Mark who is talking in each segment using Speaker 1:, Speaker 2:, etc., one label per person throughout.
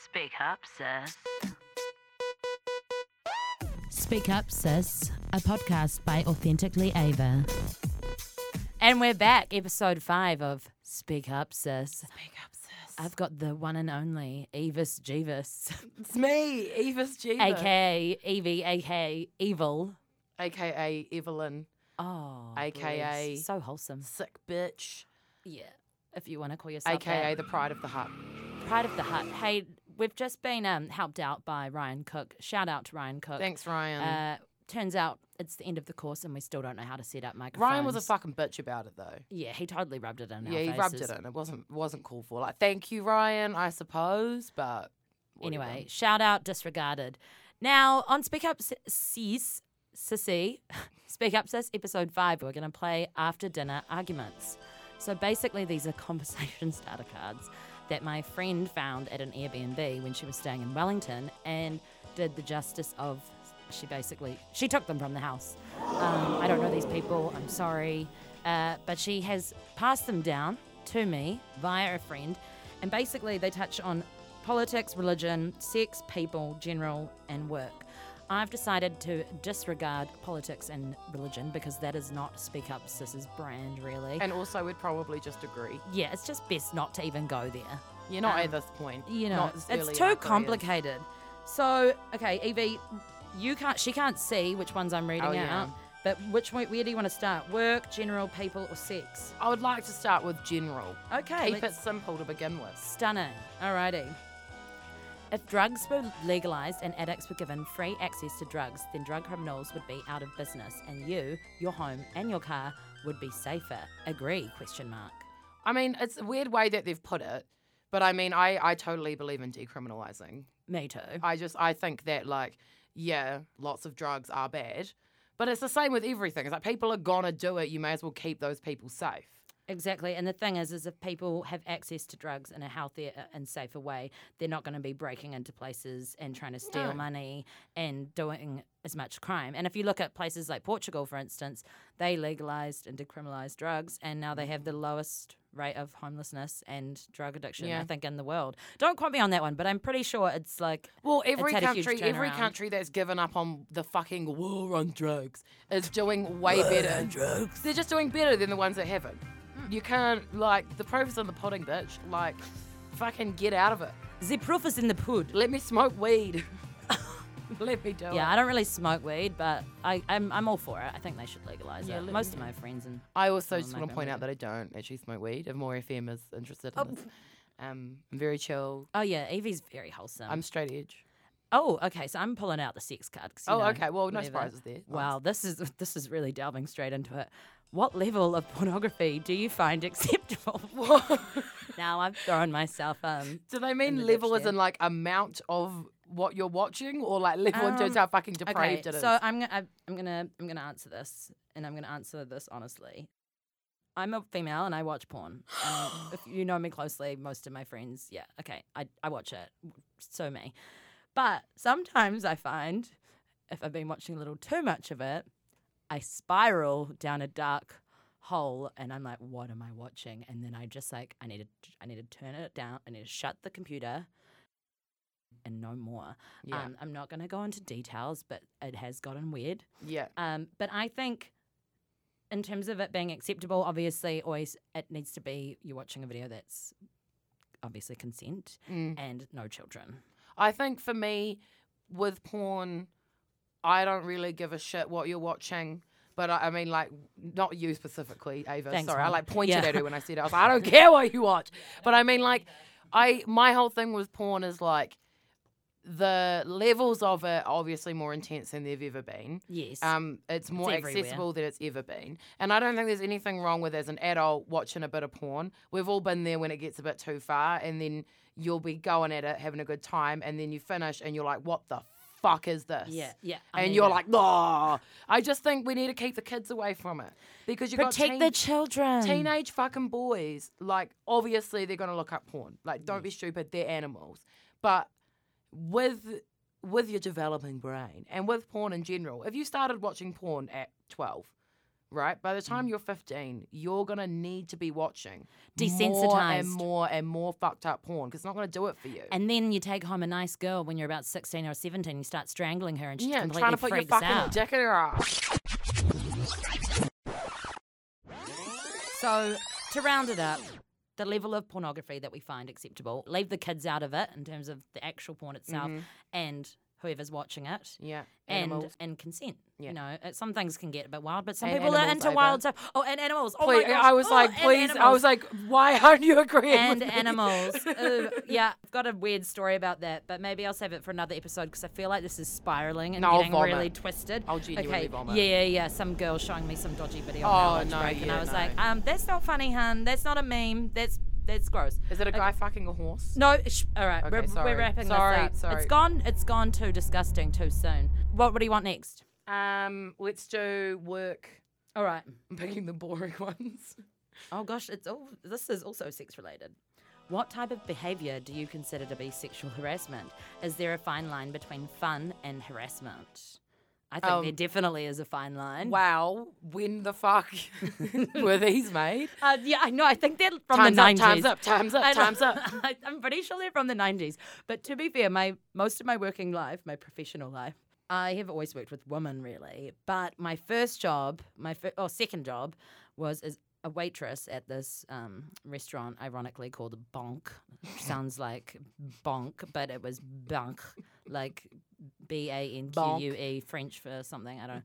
Speaker 1: Speak up, sis.
Speaker 2: Speak Up Sis, a podcast by Authentically Ava. And we're back, episode five of Speak Up Sis.
Speaker 3: Speak up, sis.
Speaker 2: I've got the one and only Evis Jeevis,
Speaker 3: it's me, Evis Jeeves.
Speaker 2: aka Evie, aka Evil.
Speaker 3: AKA Evelyn.
Speaker 2: Oh,
Speaker 3: AKA
Speaker 2: bless. so wholesome.
Speaker 3: Sick bitch.
Speaker 2: Yeah, if you want to call yourself
Speaker 3: AKA
Speaker 2: AKA
Speaker 3: the pride of the hut.
Speaker 2: Pride of the Hut. Hey, we've just been um, helped out by Ryan Cook. Shout out to Ryan Cook.
Speaker 3: Thanks, Ryan.
Speaker 2: Uh, turns out it's the end of the course, and we still don't know how to set up microphones.
Speaker 3: Ryan was a fucking bitch about it though.
Speaker 2: Yeah, he totally rubbed it in. our
Speaker 3: Yeah, he rubbed
Speaker 2: faces.
Speaker 3: it in. It wasn't wasn't called for. Like, thank you, Ryan, I suppose, but whatever.
Speaker 2: Anyway, shout out disregarded. Now on Speak Up S- Sis, Sissy, Speak Up Sis, episode five, we're going to play after dinner arguments. So basically, these are conversation starter cards that my friend found at an Airbnb when she was staying in Wellington and did the justice of. She basically she took them from the house. Um, I don't know these people. I'm sorry, uh, but she has passed them down to me via a friend, and basically they touch on politics, religion, sex, people, general, and work. I've decided to disregard politics and religion because that is not Speak Up Sis's brand, really.
Speaker 3: And also we'd probably just agree.
Speaker 2: yeah, it's just best not to even go there.
Speaker 3: You're not
Speaker 2: Um,
Speaker 3: at this point.
Speaker 2: You know,
Speaker 3: Not this early
Speaker 2: it's
Speaker 3: in
Speaker 2: too
Speaker 3: our careers.
Speaker 2: complicated. So, okay, Evie, you can't. She can't see which ones I'm reading
Speaker 3: Oh,
Speaker 2: out.
Speaker 3: yeah.
Speaker 2: But which one, where do you want to start? Work, general, people, or sex?
Speaker 3: I would like to start with general.
Speaker 2: Okay,
Speaker 3: Keep it
Speaker 2: let's-
Speaker 3: simple to begin with.
Speaker 2: Stunning. Alrighty. If drugs were legalized and addicts were given free access to drugs, then drug criminals would be out of business, and you, your home, and your car would be safer. Agree? Question mark.
Speaker 3: I mean, it's a weird way that they've put it, but I mean I, I totally believe in decriminalizing.
Speaker 2: Me too.
Speaker 3: I just I think that like yeah, lots of drugs are bad, but it's the same with everything. It's like people are gonna do it. You may as well keep those people safe.
Speaker 2: Exactly. And the thing is, is if people have access to drugs in a healthier uh, and safer way, they're not going to be breaking into places and trying to steal
Speaker 3: No.
Speaker 2: money and doing as much crime. And if you look at places like Portugal, for instance, they legalized and decriminalized drugs, and now they have the lowest rate of homelessness and drug addiction, I
Speaker 3: Yeah.
Speaker 2: think, in the world. Don't quote me on that one, but I'm pretty sure it's like
Speaker 3: Well, every
Speaker 2: had a huge
Speaker 3: country, every
Speaker 2: turnaround.
Speaker 3: country that's given up on the fucking war on drugs is doing way better. drugs. Hmm. They're just doing better than the ones that haven't. You can't like the proof is in the pudding, bitch. Like, fucking get out of it.
Speaker 2: the proof is in the pud.
Speaker 3: Let me smoke weed. Let me do it.
Speaker 2: Yeah, I don't really smoke weed, but I, I'm, I'm all for it. I think they should legalize
Speaker 3: Yeah,
Speaker 2: it.
Speaker 3: let-
Speaker 2: Most of my friends and
Speaker 3: I also
Speaker 2: Oh,
Speaker 3: just
Speaker 2: my
Speaker 3: want to
Speaker 2: bad,
Speaker 3: point
Speaker 2: my
Speaker 3: out that I don't actually smoke weed. If More FM is interested in this, um, I'm very chill.
Speaker 2: Oh yeah, Evie's very wholesome.
Speaker 3: I'm straight edge.
Speaker 2: oh, okay, so I'm pulling out the sex card. 'cause, you
Speaker 3: Oh,
Speaker 2: know,
Speaker 3: okay. Well, no
Speaker 2: whatever.
Speaker 3: surprises there.
Speaker 2: Wow, this is this is really delving straight into it. What level of pornography do you find acceptable? now I've thrown myself um
Speaker 3: Do they
Speaker 2: the
Speaker 3: mean
Speaker 2: ditch
Speaker 3: level as
Speaker 2: there.
Speaker 3: in like amount of what you're watching, or like level in terms
Speaker 2: Um,
Speaker 3: of how fucking depraved
Speaker 2: okay,
Speaker 3: it is?
Speaker 2: So I'm gonna I'm- I'm gonna I'm gonna answer this, and I'm gonna answer this honestly. I'm a female and I watch porn. Um, if you know me closely, most of my friends, yeah, okay, I I watch it. So me, but sometimes I find if I've been watching a little too much of it, I spiral down a dark hole and I'm like, what am I watching? And then I just like I need to I need to turn it down. I need to shut the computer. And no more.
Speaker 3: yeah,
Speaker 2: Um, I'm not going to go into details, but it has gotten weird.
Speaker 3: yeah.
Speaker 2: Um, but I think, in terms of it being acceptable, obviously, always it needs to be you're watching a video that's obviously consent
Speaker 3: Mm.
Speaker 2: and no children.
Speaker 3: I think for me, with porn, I don't really give a shit what you're watching. But I, I mean, like, not you specifically, Ava.
Speaker 2: Thanks,
Speaker 3: sorry, I
Speaker 2: Mum.
Speaker 3: like pointed
Speaker 2: Yeah.
Speaker 3: at her when I said it. I was like, I don't care what you watch. But I mean, like, I my whole thing with porn is like the levels of it are obviously more intense than they've ever been.
Speaker 2: Yes.
Speaker 3: Um, it's more
Speaker 2: everywhere.
Speaker 3: accessible than it's ever been. And I don't think there's anything wrong with as an adult watching a bit of porn. We've all been there when it gets a bit too far, and then you'll be going at it, having a good time, and then you finish and you're like, what the fuck is this?
Speaker 2: yeah, yeah. I
Speaker 3: And
Speaker 2: need
Speaker 3: you're
Speaker 2: it.
Speaker 3: like, oh, I just think we need to keep the kids away from it because you've
Speaker 2: protect
Speaker 3: got
Speaker 2: the
Speaker 3: teen-
Speaker 2: children.
Speaker 3: teenage fucking boys. Like, obviously, they're gonna look up porn. Like, don't be stupid. They're animals. But with with your developing brain and with porn in general, if you started watching porn at 12, right? By the
Speaker 2: Mm.
Speaker 3: time you're 15, you're gonna need to be watching more
Speaker 2: Desensitized.
Speaker 3: and more and more fucked up porn because it's not gonna do it for you.
Speaker 2: And then you take home a nice girl when you're about 16 or 17, you start strangling her and she
Speaker 3: yeah, and
Speaker 2: completely
Speaker 3: trying to put your
Speaker 2: freaks
Speaker 3: fucking
Speaker 2: out.
Speaker 3: dick in her ass.
Speaker 2: So, to round it up, the level of pornography that we find acceptable, leave the kids out of it in terms of the actual porn itself and whoever's watching it.
Speaker 3: Mm-hmm. Yeah,
Speaker 2: And,
Speaker 3: animals.
Speaker 2: and consent.
Speaker 3: Yeah.
Speaker 2: You know, uh, some things can get a bit wild, but some
Speaker 3: And
Speaker 2: people are
Speaker 3: animals
Speaker 2: into
Speaker 3: either.
Speaker 2: wild stuff. Oh, and animals. Oh
Speaker 3: Please,
Speaker 2: my gosh.
Speaker 3: I was
Speaker 2: Oh,
Speaker 3: like,
Speaker 2: and
Speaker 3: please, I
Speaker 2: animals.
Speaker 3: was like, why aren't you agreeing?
Speaker 2: and
Speaker 3: with me?
Speaker 2: animals. Ooh, yeah, I've got a weird story about that, but maybe I'll save it for another episode because I feel like this is spiraling and
Speaker 3: No, I'll
Speaker 2: getting really
Speaker 3: vomit.
Speaker 2: twisted.
Speaker 3: I'll genuinely
Speaker 2: okay.
Speaker 3: vomit.
Speaker 2: Yeah, yeah, yeah. Some girl showing me some dodgy video.
Speaker 3: Oh,
Speaker 2: on our lunch
Speaker 3: no,
Speaker 2: break, and
Speaker 3: yeah,
Speaker 2: I was
Speaker 3: no.
Speaker 2: like, um, that's not funny, hun. That's not a meme. That's that's gross.
Speaker 3: Is it a guy fucking a horse?
Speaker 2: No, sh- all right,
Speaker 3: Okay,
Speaker 2: we're,
Speaker 3: sorry.
Speaker 2: we're wrapping
Speaker 3: Sorry,
Speaker 2: this up.
Speaker 3: sorry.
Speaker 2: It's gone. It's gone too disgusting too soon. What What do you want next?
Speaker 3: Um, let's do work.
Speaker 2: All right.
Speaker 3: I'm picking the boring ones.
Speaker 2: Oh gosh, it's all. This is also sex related. What type of behavior do you consider to be sexual harassment? Is there a fine line between fun and harassment? I think there
Speaker 3: Um,
Speaker 2: definitely is a fine line.
Speaker 3: Wow, when the fuck were these made?
Speaker 2: Uh, yeah, I know. I think they're from
Speaker 3: times
Speaker 2: the
Speaker 3: up,
Speaker 2: 90s.
Speaker 3: times up, times up,
Speaker 2: I know.
Speaker 3: times up.
Speaker 2: I- I'm pretty sure they're from the 90s. But to be fair, my most of my working life, my professional life, I have always worked with women really. But my first job, my fir- or second job, was as a waitress at this um, restaurant, ironically called Bonk. Sounds like bonk, but it was bonk, like B A N Q U E, French for something. I don't know.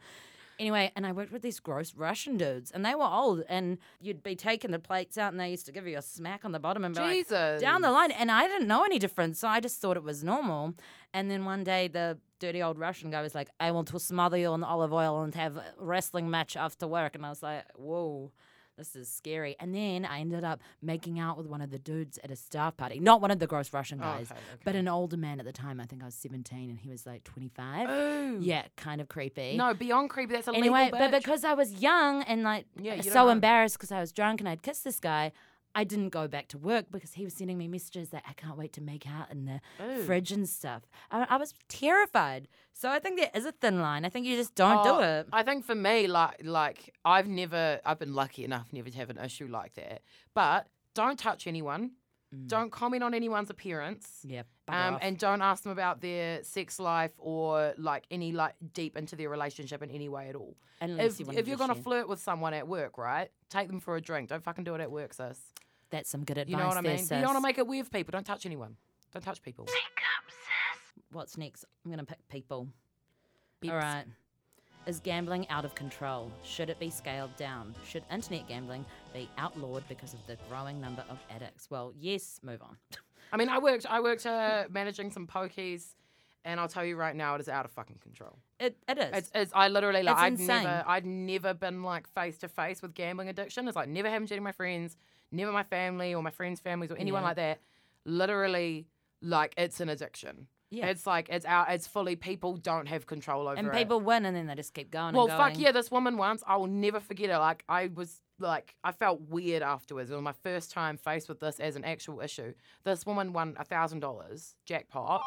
Speaker 2: Anyway, and I worked with these gross Russian dudes, and they were old, and you'd be taking the plates out, and they used to give you a smack on the bottom and be like,
Speaker 3: Jesus.
Speaker 2: down the line. And I didn't know any difference, so I just thought it was normal. And then one day, the dirty old Russian guy was like, "I want to smother you in olive oil and have a wrestling match after work." And I was like, "Whoa." This is scary. And then I ended up making out with one of the dudes at a staff party. Not one of the gross Russian guys,
Speaker 3: Oh, okay, okay.
Speaker 2: but an older man at the time. I think I was 17 and he was like
Speaker 3: Oh.
Speaker 2: 25.
Speaker 3: Ooh.
Speaker 2: Yeah, kind of creepy
Speaker 3: No, beyond creepy. That's illegal.
Speaker 2: anyway, but
Speaker 3: bitch.
Speaker 2: because I was young and like
Speaker 3: Yeah, you don't
Speaker 2: so
Speaker 3: know.
Speaker 2: embarrassed because I was drunk and I'd kissed this guy, I didn't go back to work because he was sending me messages that I can't wait to make out in the
Speaker 3: Ooh.
Speaker 2: fridge and stuff. I, I was terrified. So I think there is a thin line. I think you just don't
Speaker 3: Oh,
Speaker 2: do it.
Speaker 3: I think for me, like, like I've never, I've been lucky enough never to have an issue like that. But don't touch anyone. Don't comment on anyone's appearance.
Speaker 2: Yeah. bugger
Speaker 3: Um,
Speaker 2: off.
Speaker 3: and don't ask them about their sex life or like any like deep into their relationship in any way at all.
Speaker 2: Unless
Speaker 3: If,
Speaker 2: you wanted
Speaker 3: if
Speaker 2: to
Speaker 3: you're gonna
Speaker 2: share.
Speaker 3: flirt with someone at work, right? Take them for a drink. Don't fucking do it at work, sis.
Speaker 2: that's some good advice.
Speaker 3: You know what I
Speaker 2: there,
Speaker 3: mean? But you don't
Speaker 2: sis.
Speaker 3: want to make it weird for people. Don't touch anyone. Don't touch people.
Speaker 2: What's next? I'm gonna pick people.
Speaker 3: Peeps.
Speaker 2: All right. Is gambling out of control? Should it be scaled down? Should internet gambling be outlawed because of the growing number of addicts? Well, yes, move on.
Speaker 3: I mean, I worked. I worked uh, managing some pokies, and I'll tell you right now, it is out of fucking control.
Speaker 2: It, it is.
Speaker 3: It's, it's I literally like
Speaker 2: It's
Speaker 3: I'd
Speaker 2: insane.
Speaker 3: never I'd never been like face to face with gambling addiction. It's like never happened to any of my friends, never my family or my friends' families or anyone
Speaker 2: Yeah.
Speaker 3: like that. Literally, like it's an addiction.
Speaker 2: Yeah.
Speaker 3: It's like it's out. It's fully people don't have control over
Speaker 2: and
Speaker 3: it.
Speaker 2: people win and then they just keep going
Speaker 3: Well,
Speaker 2: and
Speaker 3: fuck
Speaker 2: going.
Speaker 3: yeah! This woman once I will never forget it. Like I was like I felt weird afterwards. It was my first time faced with this as an actual issue. This woman won a thousand dollars jackpot.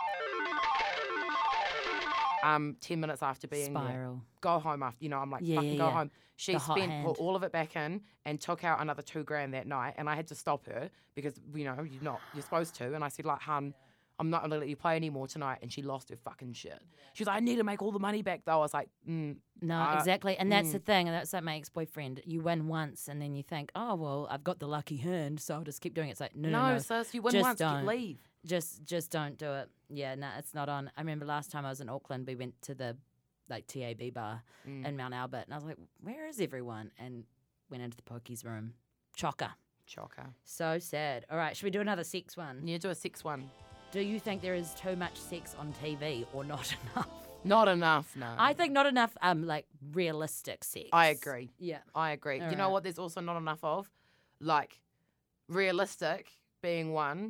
Speaker 3: Um, ten minutes after being there
Speaker 2: Spiral.
Speaker 3: go home after you know i'm like
Speaker 2: Yeah,
Speaker 3: fucking
Speaker 2: yeah,
Speaker 3: go
Speaker 2: yeah.
Speaker 3: home she
Speaker 2: The hot
Speaker 3: spent
Speaker 2: hand.
Speaker 3: put all of it back in and took out another two grand that night and i had to stop her because you know you're not you're supposed to and i said like hun i'm not gonna let you play anymore tonight and she lost her fucking shit she was like i need to make all the money back though i was like mm,
Speaker 2: No,
Speaker 3: Uh,
Speaker 2: exactly. And that's the thing. And that's like my ex boyfriend. You win once and then you think, oh, well, I've got the lucky hand, so I'll just keep doing it. It's like, no, no,
Speaker 3: no,
Speaker 2: no.
Speaker 3: sis you win
Speaker 2: just
Speaker 3: once you
Speaker 2: don't.
Speaker 3: leave
Speaker 2: just just don't do it. Yeah, no, it's not on. I remember last time I was in Auckland, we went to the like TAB bar
Speaker 3: Mm,
Speaker 2: in Mount Albert, and I was like, "Where is everyone?" And went into the pokies room. Chocker.
Speaker 3: shocker
Speaker 2: So sad. All right, should we do another sex one?
Speaker 3: you do a six one
Speaker 2: Do you think there is too much sex on TV or not enough?
Speaker 3: not enough no
Speaker 2: I think not enough. Um, like realistic sex.
Speaker 3: I agree
Speaker 2: Yeah.
Speaker 3: I agree. you know
Speaker 2: Alright.
Speaker 3: what? There's also not enough of, like, realistic being one,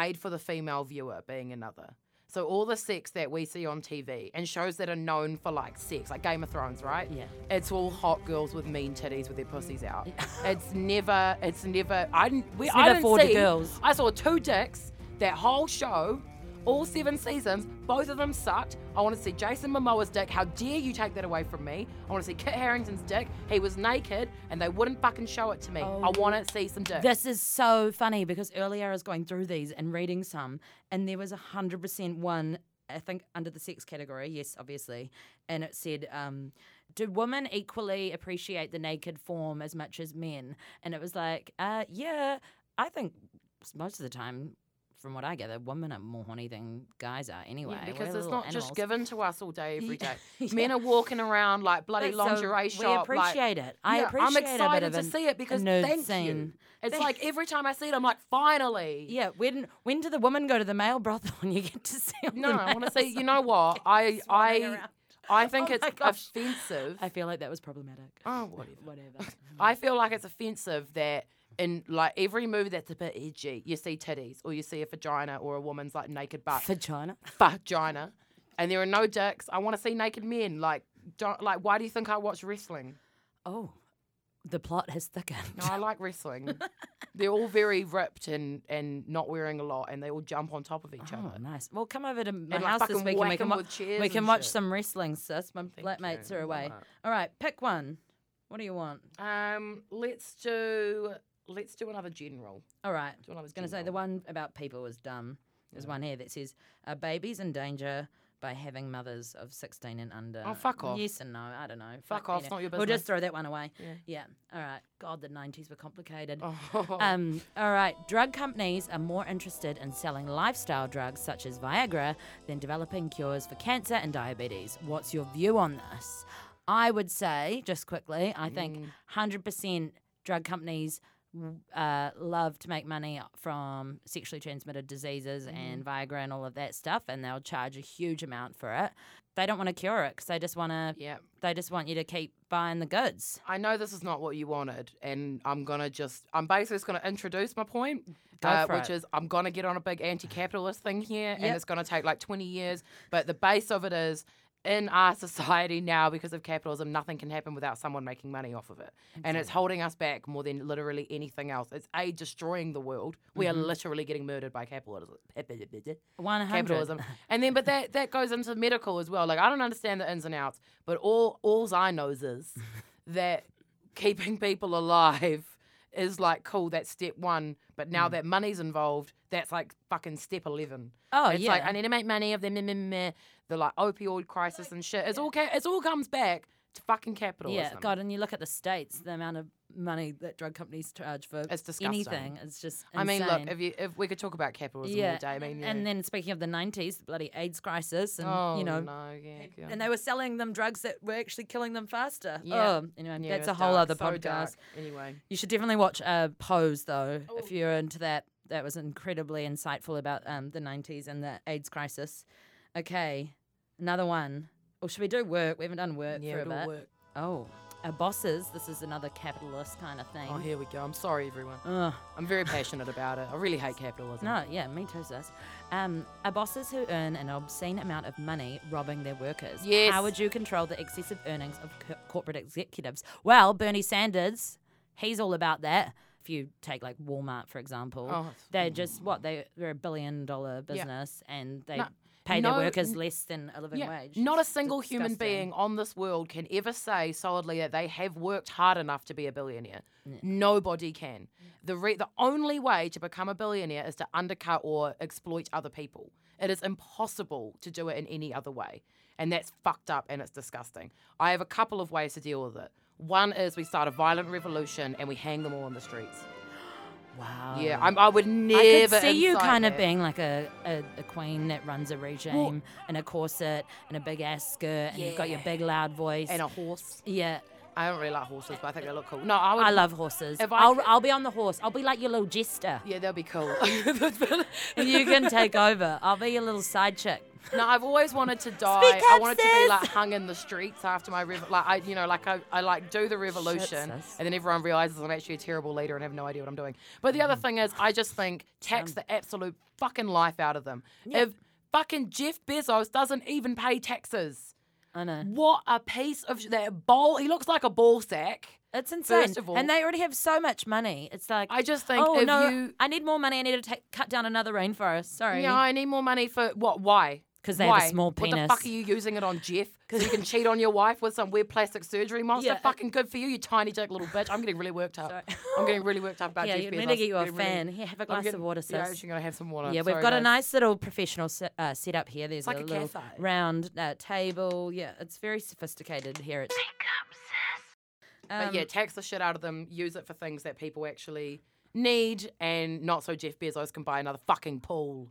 Speaker 3: made for the female viewer being another. So all the sex that we see on TV and shows that are known for like sex, like Game of Thrones, right?
Speaker 2: Yeah.
Speaker 3: It's all hot girls with mean titties with their pussies out. it's never. It's never. I didn't. We,
Speaker 2: It's
Speaker 3: I
Speaker 2: never
Speaker 3: didn't
Speaker 2: for the
Speaker 3: see-
Speaker 2: girls.
Speaker 3: I saw two dicks that whole show. all seven seasons. Both of them sucked. I want to see Jason Momoa's dick. How dare you take that away from me? I want to see Kit Harrington's dick. He was naked and they wouldn't fucking show it to me.
Speaker 2: Oh.
Speaker 3: I want to see some dick.
Speaker 2: This is so funny because earlier I was going through these and reading some, and there was a hundred percent one. I think under the sex category, yes, obviously, and it said, um, "Do women equally appreciate the naked form as much as men?" And it was like, uh, "Yeah, I think s- most of the time." From what I gather, women are more horny than guys are anyway.
Speaker 3: Yeah,
Speaker 2: We're
Speaker 3: because it's
Speaker 2: little
Speaker 3: not just
Speaker 2: animals.
Speaker 3: given to us all day, every day.
Speaker 2: Yeah.
Speaker 3: Men are walking around like bloody
Speaker 2: But so
Speaker 3: lingerie
Speaker 2: We
Speaker 3: shop. like-
Speaker 2: appreciate it. I
Speaker 3: Yeah,
Speaker 2: appreciate
Speaker 3: I'm excited
Speaker 2: a bit of
Speaker 3: to
Speaker 2: an-
Speaker 3: see it
Speaker 2: a
Speaker 3: because
Speaker 2: nude
Speaker 3: thank you.
Speaker 2: scene.
Speaker 3: It's
Speaker 2: Thank-
Speaker 3: like every time I see it, I'm like, finally.
Speaker 2: Yeah, when when do the women go to the male brothel and you get to see? all the
Speaker 3: No, I want to
Speaker 2: males?
Speaker 3: say, you know what? I
Speaker 2: swanning
Speaker 3: I
Speaker 2: around.
Speaker 3: I think
Speaker 2: Oh
Speaker 3: it's
Speaker 2: my gosh.
Speaker 3: offensive.
Speaker 2: I feel like that was problematic.
Speaker 3: Oh, whatever.
Speaker 2: Whatever.
Speaker 3: I feel like it's offensive that in like every movie that's a bit edgy, you see titties or you see a vagina or a woman's like naked butt.
Speaker 2: Vagina.
Speaker 3: vagina. And there are no dicks. I want to see naked men. Like, don't, like, why do you think I watch wrestling?
Speaker 2: Oh, the plot has thickened.
Speaker 3: No, I like wrestling. They're all very ripped and, and not wearing a lot, and they all jump on top of each
Speaker 2: Oh,
Speaker 3: other.
Speaker 2: nice. Well, come over to my
Speaker 3: like,
Speaker 2: house this
Speaker 3: fucking
Speaker 2: week and we
Speaker 3: whack
Speaker 2: can,
Speaker 3: 'em
Speaker 2: wa-
Speaker 3: with chairs
Speaker 2: we can
Speaker 3: and
Speaker 2: watch
Speaker 3: shit.
Speaker 2: some wrestling, sis. My flatmates
Speaker 3: you.
Speaker 2: are
Speaker 3: I
Speaker 2: away.
Speaker 3: love it.
Speaker 2: All right, pick one. What do you want?
Speaker 3: Um, let's do let's do another general.
Speaker 2: All right.
Speaker 3: Do another
Speaker 2: I was going to say the
Speaker 3: general.
Speaker 2: one about people was dumb. There's one here that says, "Are babies in danger by having mothers of 16 and under?"
Speaker 3: Oh, fuck off.
Speaker 2: Yes and no. I don't know.
Speaker 3: Fuck
Speaker 2: me,
Speaker 3: off,
Speaker 2: no.
Speaker 3: it's not your
Speaker 2: We'll
Speaker 3: business.
Speaker 2: just throw that one away.
Speaker 3: Yeah.
Speaker 2: All right. God, the 90s were complicated.
Speaker 3: Oh.
Speaker 2: Um, all right. Drug companies are more interested in selling lifestyle drugs such as Viagra than developing cures for cancer and diabetes. What's your view on this? I would say, just quickly, I think
Speaker 3: Mm.
Speaker 2: 100% drug companies w- uh, love to make money from sexually transmitted diseases
Speaker 3: Mm-hmm.
Speaker 2: and Viagra and all of that stuff, and they'll charge a huge amount for it. They don't want to cure it because they just want to.
Speaker 3: yeah,
Speaker 2: They just want you to keep buying the goods.
Speaker 3: I know this is not what you wanted, and I'm gonna just I'm basically just gonna introduce my point, uh,
Speaker 2: Go for
Speaker 3: which
Speaker 2: it.
Speaker 3: is I'm gonna get on a big anti-capitalist thing here, and
Speaker 2: Yep.
Speaker 3: it's gonna take like 20 years, but the base of it is. In our society now, because of capitalism, nothing can happen without someone making money off of it. And it's holding us back more than literally anything else. It's A, destroying the world. We
Speaker 2: Mm-hmm.
Speaker 3: are literally getting murdered by capitalism.
Speaker 2: One hundred.
Speaker 3: capitalism. and then, but that that goes into medical as well. Like I don't understand the ins and outs, but all alls I knows is that keeping people alive is like cool. That's step one. But
Speaker 2: Mm.
Speaker 3: now that money's involved, that's like fucking step eleven.
Speaker 2: Oh
Speaker 3: it's
Speaker 2: yeah.
Speaker 3: like I need to make money of the meh, meh, meh, the like opioid crisis and shit. It's all ca- it's all comes back to fucking capitalism.
Speaker 2: Yeah, God, and you look at the states, the amount of money that drug companies charge for
Speaker 3: It's disgusting.
Speaker 2: anything. It's just
Speaker 3: I mean, look,
Speaker 2: insane.
Speaker 3: if you if we could talk about capitalism
Speaker 2: yeah.
Speaker 3: all day, I mean, yeah.
Speaker 2: And then speaking of the 90s, the bloody AIDS crisis, and,
Speaker 3: oh
Speaker 2: you know,
Speaker 3: no, yeah, yeah.
Speaker 2: and they were selling them drugs that were actually killing them faster.
Speaker 3: Yeah.
Speaker 2: Oh, anyway,
Speaker 3: Yeah,
Speaker 2: that's a
Speaker 3: it's
Speaker 2: whole
Speaker 3: dark,
Speaker 2: other
Speaker 3: so
Speaker 2: podcast.
Speaker 3: dark. Anyway.
Speaker 2: You should definitely watch uh, Pose, though,
Speaker 3: Oh.
Speaker 2: if you're into that. That was incredibly insightful about um, the 90s and the AIDS crisis. Okay, another one. Or should we do work? We haven't done work for a
Speaker 3: it'll
Speaker 2: bit.
Speaker 3: work.
Speaker 2: Oh, our bosses. This is another capitalist kind of thing.
Speaker 3: Oh, here we go. I'm sorry, everyone.
Speaker 2: Ugh.
Speaker 3: I'm very passionate about it. I really hate capitalism.
Speaker 2: No, yeah, me too, sis. Um, are bosses who earn an obscene amount of money robbing their workers?
Speaker 3: Yes.
Speaker 2: How would you control the excessive earnings of co- corporate executives? Well, Bernie Sanders, he's all about that. If you take like Walmart for example,
Speaker 3: Oh, it's-
Speaker 2: they're just what they they're a billion dollar business and they
Speaker 3: No,
Speaker 2: pay
Speaker 3: no-
Speaker 2: their workers less than a living
Speaker 3: Yeah,
Speaker 2: wage.
Speaker 3: Not a single human
Speaker 2: disgusting.
Speaker 3: being on this world can ever say solidly that they have worked hard enough to be a billionaire. Nobody can. The re- the only way to become a billionaire is to undercut or exploit other people. It is impossible to do it in any other way. And that's fucked up and it's disgusting. I have a couple of ways to deal with it. One is we start a violent revolution and we hang them all on the streets.
Speaker 2: Wow.
Speaker 3: Yeah, I'm, I would never.
Speaker 2: I could see you
Speaker 3: incite
Speaker 2: kind of
Speaker 3: that.
Speaker 2: being like a, a, a queen that runs a regime and a corset and a big ass skirt and you've got your
Speaker 3: Yeah.
Speaker 2: big loud voice.
Speaker 3: and a horse.
Speaker 2: yeah,
Speaker 3: I don't really like horses, but I think they look cool. No, I would.
Speaker 2: I love horses.
Speaker 3: If I
Speaker 2: I'll,
Speaker 3: could-
Speaker 2: I'll be on the horse. I'll be like your little jester.
Speaker 3: yeah, they'll be cool.
Speaker 2: you can take over. I'll be your little side chick.
Speaker 3: no, I've always wanted to die.
Speaker 2: Speak
Speaker 3: I
Speaker 2: up,
Speaker 3: wanted to be
Speaker 2: sis.
Speaker 3: like hung in the streets after my rev- like I, you know, like I, I like do the revolution,
Speaker 2: sis.
Speaker 3: and then everyone realizes I'm actually a terrible leader and have no idea what I'm doing. But the
Speaker 2: Mm.
Speaker 3: other thing is, I just think tax the absolute fucking life out of them. If fucking Jeff Bezos doesn't even pay taxes.
Speaker 2: I know.
Speaker 3: What a piece of sh- that ball. He looks like a ball sack.
Speaker 2: It's insane.
Speaker 3: of all-
Speaker 2: and they already have so much money. It's like,
Speaker 3: I just think
Speaker 2: oh
Speaker 3: if
Speaker 2: no,
Speaker 3: you
Speaker 2: I need more money. I need to take, cut down another rainforest. Sorry.
Speaker 3: Yeah, I need more money for what? Why?
Speaker 2: 'Cause they have a
Speaker 3: Why?
Speaker 2: small
Speaker 3: What
Speaker 2: penis.
Speaker 3: the fuck are you using it on, Jeff? Because you can cheat on your wife with some weird plastic surgery monster.
Speaker 2: Yeah. uh,
Speaker 3: Fucking good for you, you tiny dick little bitch. I'm getting really worked up.
Speaker 2: Sorry.
Speaker 3: I'm getting really worked up about
Speaker 2: yeah,
Speaker 3: Jeff
Speaker 2: you
Speaker 3: Bezos.
Speaker 2: need to get you a
Speaker 3: Getting really-
Speaker 2: fan. Here, have a
Speaker 3: I'm
Speaker 2: glass
Speaker 3: getting-
Speaker 2: of water, sis.
Speaker 3: Yeah, actually gonna have some water.
Speaker 2: Yeah,
Speaker 3: Sorry,
Speaker 2: we've got a
Speaker 3: guys.
Speaker 2: nice little professional se- uh, setup here. There's
Speaker 3: like
Speaker 2: a
Speaker 3: a
Speaker 2: little
Speaker 3: cafe.
Speaker 2: round uh, table. Yeah, it's very sophisticated here. It's
Speaker 3: But
Speaker 2: Um,
Speaker 3: yeah, tax the shit out of them. Use it for things that people actually need, and not so Jeff Bezos can buy another fucking pool.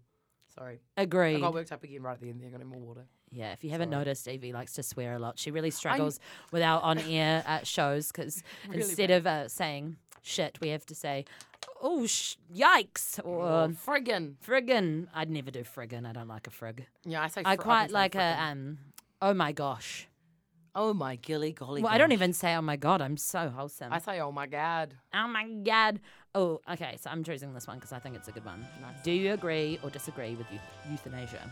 Speaker 3: Sorry, I
Speaker 2: agreed.
Speaker 3: got worked up again right at the end. There, I got any more water.
Speaker 2: Yeah, if you haven't noticed, Evie likes to swear a lot. She really struggles with our on-air uh, shows because instead of uh, saying shit, we have to say, oh, sh- yikes, or
Speaker 3: Oh, friggin'.
Speaker 2: friggin. I'd never do friggin. I don't like a frig.
Speaker 3: Yeah, I say.
Speaker 2: I
Speaker 3: fr- I've
Speaker 2: quite
Speaker 3: been saying
Speaker 2: like
Speaker 3: friggin'.
Speaker 2: a um. Oh my gosh.
Speaker 3: Oh my gilly golly.
Speaker 2: Well, I don't
Speaker 3: gosh.
Speaker 2: even say oh my god. I'm so wholesome.
Speaker 3: I say, oh my god.
Speaker 2: Oh my god. Oh, okay. So I'm choosing this one because I think it's a good one. Do you agree or disagree with eu- euthanasia?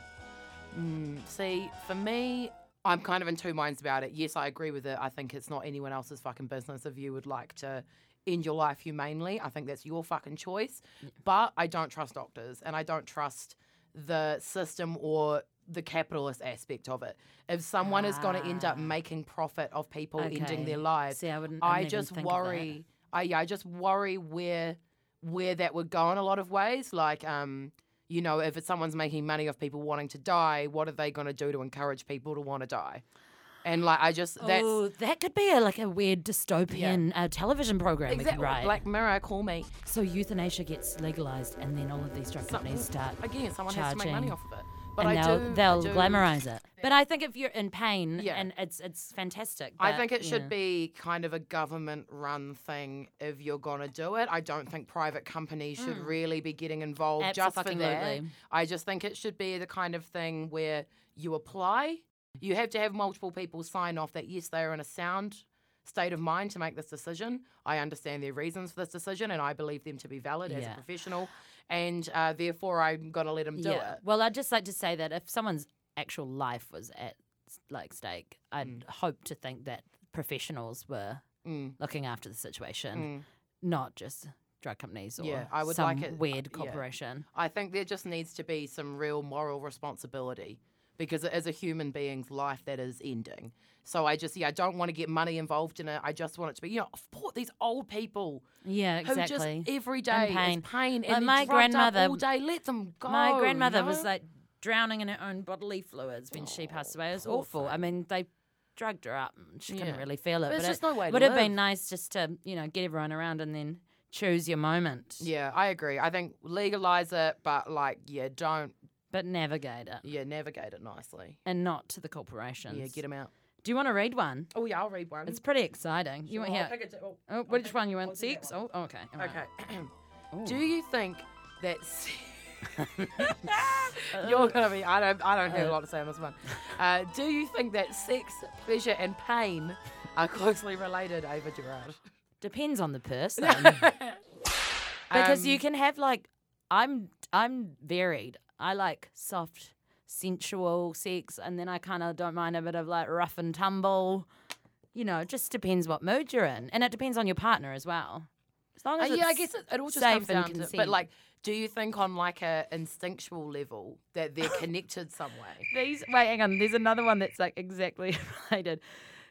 Speaker 3: See, for me, I'm kind of in two minds about it. Yes, I agree with it. I think it's not anyone else's fucking business if you would like to end your life humanely. I think that's your fucking choice. But I don't trust doctors and I don't trust the system or the capitalist aspect of it. If someone is going to end up making profit of people ending
Speaker 2: Okay.
Speaker 3: their lives,
Speaker 2: See, I wouldn't. I,
Speaker 3: I
Speaker 2: didn't even
Speaker 3: just
Speaker 2: think of that.
Speaker 3: worry. I yeah, I just worry where where that would go in a lot of ways. Like, um, you know, if it's someone's making money off people wanting to die, what are they going to do to encourage people to want to die? And like, I just that's
Speaker 2: oh, that could be a, like a weird dystopian uh, television program. we could
Speaker 3: exactly
Speaker 2: write.
Speaker 3: like Mirror call me
Speaker 2: so euthanasia gets legalized, and then all of these drug companies start
Speaker 3: again. Someone has to make money
Speaker 2: charging.
Speaker 3: off of it. But
Speaker 2: and
Speaker 3: I
Speaker 2: they'll,
Speaker 3: do, I
Speaker 2: they'll
Speaker 3: do-
Speaker 2: glamorize it. But I think if you're in pain,
Speaker 3: Yeah.
Speaker 2: and it's it's fantastic.
Speaker 3: I
Speaker 2: but,
Speaker 3: think it
Speaker 2: you
Speaker 3: should
Speaker 2: know.
Speaker 3: be kind of a government run thing if you're gonna do it. I don't think private companies should really be getting involved just for that.
Speaker 2: Abso-fucking-lutely.
Speaker 3: I just think it should be the kind of thing where you apply. You have to have multiple people sign off that yes, they are in a sound state of mind to make this decision. I understand their reasons for this decision, and I believe them to be valid as
Speaker 2: Yeah.
Speaker 3: a professional, and uh, therefore I'm gonna let them Um, do
Speaker 2: yeah.
Speaker 3: it.
Speaker 2: Well, I'd just like to say that if someone's actual life was at s- like stake, I'd hope to think that professionals were
Speaker 3: Mm.
Speaker 2: looking after the situation,
Speaker 3: Mm.
Speaker 2: not just drug companies or
Speaker 3: Yeah, I would
Speaker 2: some
Speaker 3: like it- uh,
Speaker 2: weird
Speaker 3: yeah.
Speaker 2: corporation.
Speaker 3: I think there just needs to be some real moral responsibility because it is a human being's life that is ending. So I just, yeah, I don't want to get money involved in it. I just want it to be, you know, support these old people
Speaker 2: Yeah, exactly.
Speaker 3: who just every day
Speaker 2: pain.
Speaker 3: is pain
Speaker 2: Like
Speaker 3: and
Speaker 2: my
Speaker 3: my grandmother
Speaker 2: grandmother-
Speaker 3: all day. Let them go.
Speaker 2: My grandmother
Speaker 3: you
Speaker 2: was
Speaker 3: know? Oh,
Speaker 2: like drowning in her own bodily fluids when she passed away. It was
Speaker 3: poor
Speaker 2: awful. I mean, they drugged her up and she couldn't
Speaker 3: Yeah.
Speaker 2: really feel it.
Speaker 3: There's
Speaker 2: but
Speaker 3: just
Speaker 2: it
Speaker 3: no way to
Speaker 2: would have been
Speaker 3: live.
Speaker 2: nice just to, you know, get everyone around and then choose your moment.
Speaker 3: yeah, I agree. I think legalize it, but like, yeah, don't,
Speaker 2: But navigate it.
Speaker 3: yeah, navigate it nicely.
Speaker 2: And not to the corporations.
Speaker 3: Yeah, get them out.
Speaker 2: Do you want to read one?
Speaker 3: Oh yeah, I'll read one.
Speaker 2: It's pretty exciting. You
Speaker 3: Sure,
Speaker 2: want
Speaker 3: I'll
Speaker 2: here?
Speaker 3: pick a di- oh,
Speaker 2: Oh,
Speaker 3: I'll
Speaker 2: which
Speaker 3: pick-
Speaker 2: one you
Speaker 3: I'll
Speaker 2: want?
Speaker 3: do that
Speaker 2: Six?
Speaker 3: one.
Speaker 2: Oh, okay. all right.
Speaker 3: Okay. Do you think that s-
Speaker 2: Uh,
Speaker 3: you're gonna be? I don't. I don't have
Speaker 2: Uh.
Speaker 3: a lot to say on this one. Uh, do you think that sex, pleasure, and pain are closely related, Ava Gerard?
Speaker 2: Depends on the person. Um, because you can have like, I'm I'm varied. I like soft, sensual sex, and then I kind of don't mind a bit of like rough and tumble. You know, it just depends what mood you're in, and it depends on your partner as well. As long
Speaker 3: Uh,
Speaker 2: as
Speaker 3: yeah, I
Speaker 2: it's-
Speaker 3: guess it, it all just
Speaker 2: safe
Speaker 3: comes
Speaker 2: and
Speaker 3: down to. But
Speaker 2: consent.
Speaker 3: like, do you think on like a instinctual level that they're connected some way?
Speaker 2: These wait, hang on. There's another one that's like exactly related.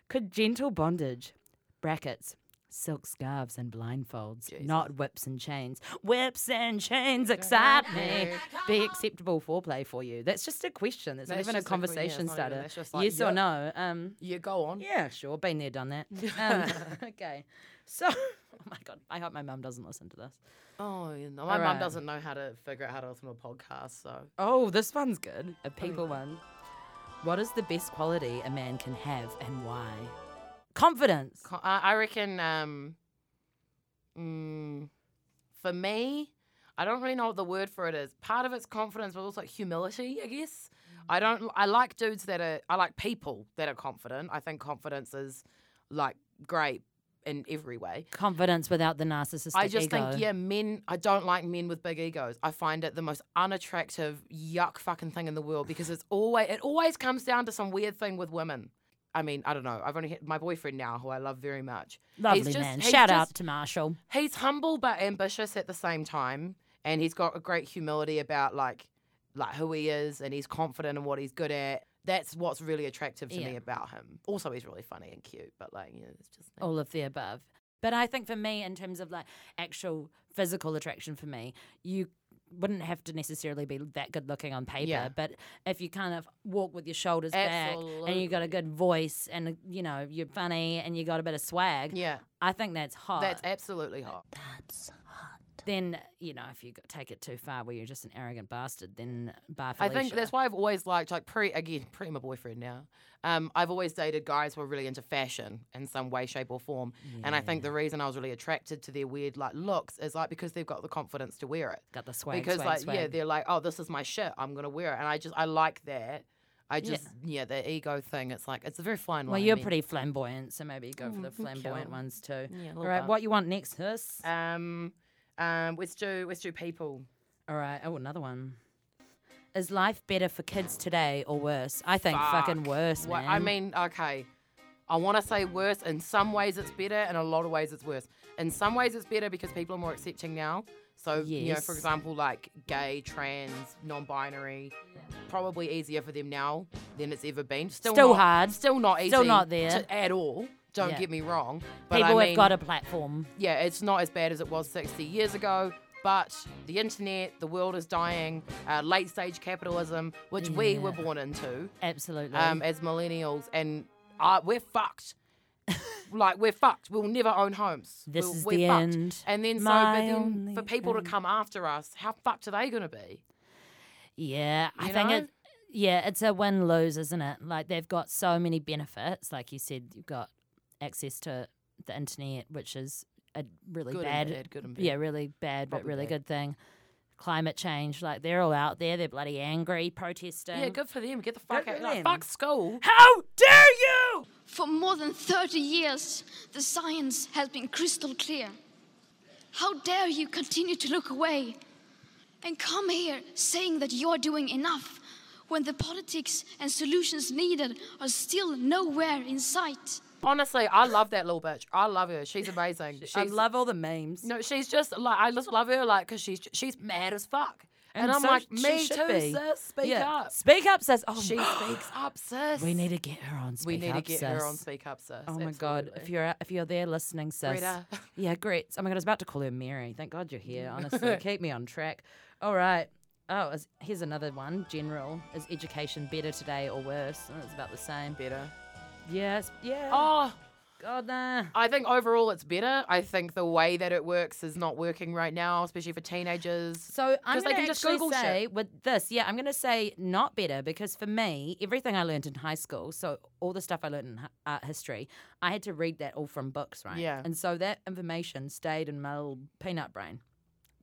Speaker 2: Could gentle bondage, brackets, silk scarves and blindfolds, not whips and chains. Whips and chains excite me. Be acceptable foreplay for you. That's just a question. That's not
Speaker 3: That's
Speaker 2: even a
Speaker 3: just a que- yeah,
Speaker 2: conversation
Speaker 3: it's not even-
Speaker 2: starter.
Speaker 3: that's just like,
Speaker 2: yes or
Speaker 3: yep.
Speaker 2: no? Um,
Speaker 3: Yeah, go on.
Speaker 2: yeah, sure. Been there, done that. Um, okay. So, oh my god, I hope my mum doesn't listen to this.
Speaker 3: Oh, you know, my mum
Speaker 2: Alright.
Speaker 3: doesn't know how to figure out how to listen to a podcast, so
Speaker 2: Oh, this one's good. A people one. What is the best quality a man can have and why? Confidence.
Speaker 3: Co- I I reckon. Um, mm, for me, I don't really know what the word for it is. Part of it's confidence, but also humility, I guess.
Speaker 2: Mm.
Speaker 3: I don't. I like dudes that are. I like people that are confident. I think confidence is like great in every way.
Speaker 2: Confidence without the narcissistic
Speaker 3: I just
Speaker 2: ego.
Speaker 3: think, yeah, men, I don't like men with big egos. I find it the most unattractive, yuck fucking thing in the world because it's always, it always comes down to some weird thing with women. I mean, I don't know. I've only hit my boyfriend now, who I love very much.
Speaker 2: Lovely
Speaker 3: just-
Speaker 2: man.
Speaker 3: he's
Speaker 2: Shout out
Speaker 3: just-
Speaker 2: to Marshall.
Speaker 3: He's humble but ambitious at the same time, and he's got a great humility about like like who he is, and he's confident in what he's good at. That's what's really attractive to
Speaker 2: Yeah.
Speaker 3: me about him. Also, he's really funny and cute, but like, yeah, it's just
Speaker 2: all of the above. But I think for me, in terms of like actual physical attraction, for me, you wouldn't have to necessarily be that good looking on paper.
Speaker 3: Yeah.
Speaker 2: But if you kind of walk with your shoulders back and you got a
Speaker 3: Absolutely.
Speaker 2: good voice and you know you're funny and you got a bit of swag,
Speaker 3: yeah,
Speaker 2: I think that's hot.
Speaker 3: that's absolutely hot.
Speaker 2: then you know if you go- take it too far where you're just an arrogant bastard, then bar
Speaker 3: I
Speaker 2: Felicia.
Speaker 3: think that's why I've always liked like pre again pre my boyfriend now. Um, I've always dated guys who are really into fashion in some way, shape, or form. And I think the reason I was really attracted to their weird like looks is like because they've got the confidence to wear it.
Speaker 2: got the swag.
Speaker 3: because
Speaker 2: swag,
Speaker 3: like yeah,
Speaker 2: swag.
Speaker 3: they're like, oh, this is my shit. I'm gonna wear it, and I just I like that. I
Speaker 2: Yeah.
Speaker 3: just yeah, the ego thing. It's like it's a very fine line.
Speaker 2: well,
Speaker 3: I
Speaker 2: you're
Speaker 3: mean.
Speaker 2: pretty flamboyant, so maybe you go for
Speaker 3: Mm,
Speaker 2: the
Speaker 3: thank you.
Speaker 2: flamboyant ones too.
Speaker 3: Yeah, a little
Speaker 2: All right,
Speaker 3: bit.
Speaker 2: what you want next, Huss?
Speaker 3: Um, um, let's do let's do people.
Speaker 2: All right. Oh, another one. Is life better for kids today or worse? I think fucking
Speaker 3: Fuck.
Speaker 2: worse,
Speaker 3: Wha-
Speaker 2: man.
Speaker 3: I mean, okay. I want to say worse. In some ways, it's better. In a lot of ways, it's worse. In some ways, it's better because people are more accepting now. So, you know, for
Speaker 2: Yes.
Speaker 3: example, like gay, trans, non binary, probably easier for them now than it's ever been. Still,
Speaker 2: Still
Speaker 3: not,
Speaker 2: hard.
Speaker 3: Still not easy.
Speaker 2: Still not there.
Speaker 3: to- at all. Don't
Speaker 2: Yeah.
Speaker 3: get me wrong. But
Speaker 2: people
Speaker 3: I
Speaker 2: have
Speaker 3: mean,
Speaker 2: got a platform.
Speaker 3: yeah, it's not as bad as it was 60 years ago, but the internet, the world is dying, uh, late stage capitalism, which we were
Speaker 2: Yeah.
Speaker 3: born into
Speaker 2: Absolutely.
Speaker 3: um, as millennials, and uh, we're fucked. like we're fucked. We'll never own homes.
Speaker 2: This
Speaker 3: we'll,
Speaker 2: is
Speaker 3: we're
Speaker 2: the
Speaker 3: fucked.
Speaker 2: end.
Speaker 3: And then so,
Speaker 2: My
Speaker 3: but then
Speaker 2: only
Speaker 3: for people
Speaker 2: end.
Speaker 3: to come after us, how fucked are they gonna be?
Speaker 2: yeah, I
Speaker 3: you
Speaker 2: think
Speaker 3: know?
Speaker 2: it. Yeah, it's a win lose, isn't it? Like they've got so many benefits. Like you said, you've got access to the internet, which is a really
Speaker 3: Good
Speaker 2: bad,
Speaker 3: and bad. Good and bad.
Speaker 2: yeah, really bad but
Speaker 3: Probably
Speaker 2: really
Speaker 3: bad.
Speaker 2: good thing. Climate change, like they're all out there. They're bloody angry, protesting.
Speaker 3: Yeah, good for them. Get the fuck
Speaker 2: Good
Speaker 3: out.
Speaker 2: for
Speaker 3: Like,
Speaker 2: them.
Speaker 3: fuck school.
Speaker 2: How dare you!
Speaker 1: For more than 30 years, the science has been crystal clear. How dare you continue to look away and come here saying that you're doing enough when the politics and solutions needed are still nowhere in sight?
Speaker 3: Honestly, I love that little bitch. I love her. She's amazing. She's,
Speaker 2: I love all the memes.
Speaker 3: No, she's just like I just love her. Like, cause she's she's mad as fuck. And, I'm
Speaker 2: so
Speaker 3: like,
Speaker 2: sh-
Speaker 3: me
Speaker 2: she should
Speaker 3: too,
Speaker 2: be.
Speaker 3: sis. Speak
Speaker 2: Yeah.
Speaker 3: up.
Speaker 2: Speak up, sis. Oh,
Speaker 3: She
Speaker 2: my-
Speaker 3: speaks up, sis.
Speaker 2: we need to get her on. Speak
Speaker 3: we need to
Speaker 2: Up,
Speaker 3: get
Speaker 2: sis.
Speaker 3: her on Speak Up, sis.
Speaker 2: Oh my god! If you're out- if you're there listening, sis.
Speaker 3: Greta.
Speaker 2: Yeah, great. Oh my god, I was about to call her Mary. Thank God you're here. Honestly, keep me on track. All right. Oh, is, here's another one. General is education better today or worse? Oh, it's about the same.
Speaker 3: better.
Speaker 2: Yes. Yeah.
Speaker 3: Oh,
Speaker 2: God, nah.
Speaker 3: I think overall it's better. I think the way that it works is not working right now, especially for teenagers.
Speaker 2: So I'm
Speaker 3: 'Cause they
Speaker 2: going to
Speaker 3: can just
Speaker 2: actually
Speaker 3: Google shit.
Speaker 2: say with this, yeah, I'm going to say not better because for me, everything I learned in high school, so all the stuff I learned in hi- art history, I had to read that all from books, right?
Speaker 3: Yeah.
Speaker 2: And so that information stayed in my little peanut brain.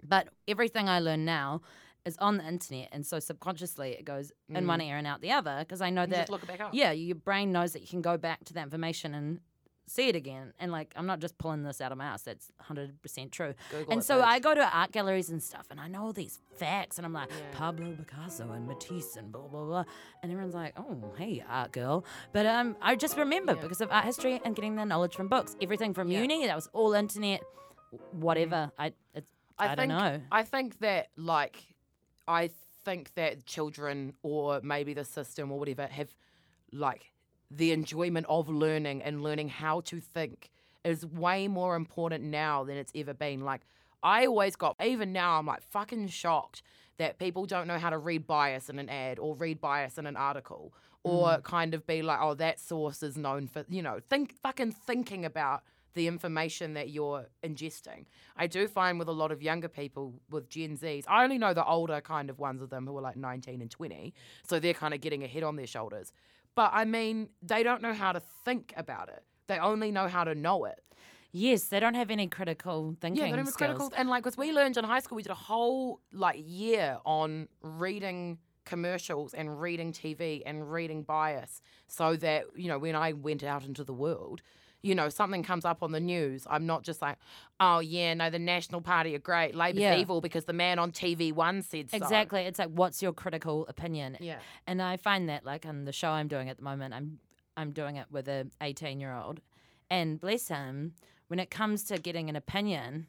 Speaker 2: But everything I learn now is on the internet, and so subconsciously it goes in one ear and out the other because I know
Speaker 3: Mm. You
Speaker 2: that
Speaker 3: just look it back up.
Speaker 2: yeah, your brain knows that you can go back to that information and see it again. And like, I'm not just pulling this out of my ass. That's 100% true.
Speaker 3: Google
Speaker 2: and
Speaker 3: it,
Speaker 2: so
Speaker 3: bitch.
Speaker 2: I go to art galleries and stuff, and I know all these facts, and I'm like
Speaker 3: Yeah.
Speaker 2: Pablo Picasso and Matisse and blah blah blah, and everyone's like, oh hey art girl, but um I just remember
Speaker 3: Yeah.
Speaker 2: because of art history and getting the knowledge from books, everything from
Speaker 3: Yeah.
Speaker 2: uni that was all internet, w- whatever. I it, I,
Speaker 3: think,
Speaker 2: don't know.
Speaker 3: I think that like I think that children or maybe the system or whatever have like the enjoyment of learning and learning how to think is way more important now than it's ever been. Like I always got even now I'm like fucking shocked that people don't know how to read bias in an ad or read bias in an article or
Speaker 2: Mm.
Speaker 3: kind of be like oh that source is known for you know think fucking thinking about the information that you're ingesting. I do find with a lot of younger people with Gen Zs, I only know the older kind of ones of them who are like 19 and 20, so they're kind of getting a head on their shoulders. But I mean, they don't know how to think about it. They only know how to know it.
Speaker 2: Yes, they don't have any critical thinking
Speaker 3: Yeah, they don't have
Speaker 2: skills.
Speaker 3: critical. And like, because we learned in high school, we did a whole like year on reading commercials and reading TV and reading bias, so that you know when I went out into the world, you know something comes up on the news, I'm not just like, oh yeah, no, the National Party are great, Labour's
Speaker 2: Yeah.
Speaker 3: evil because the man on TV one said so.
Speaker 2: Exactly. It's like, what's your critical opinion?
Speaker 3: Yeah.
Speaker 2: And I find that, like, on the show I'm doing at the moment, I'm I'm doing it with a 18 year old, and bless him, when it comes to getting an opinion,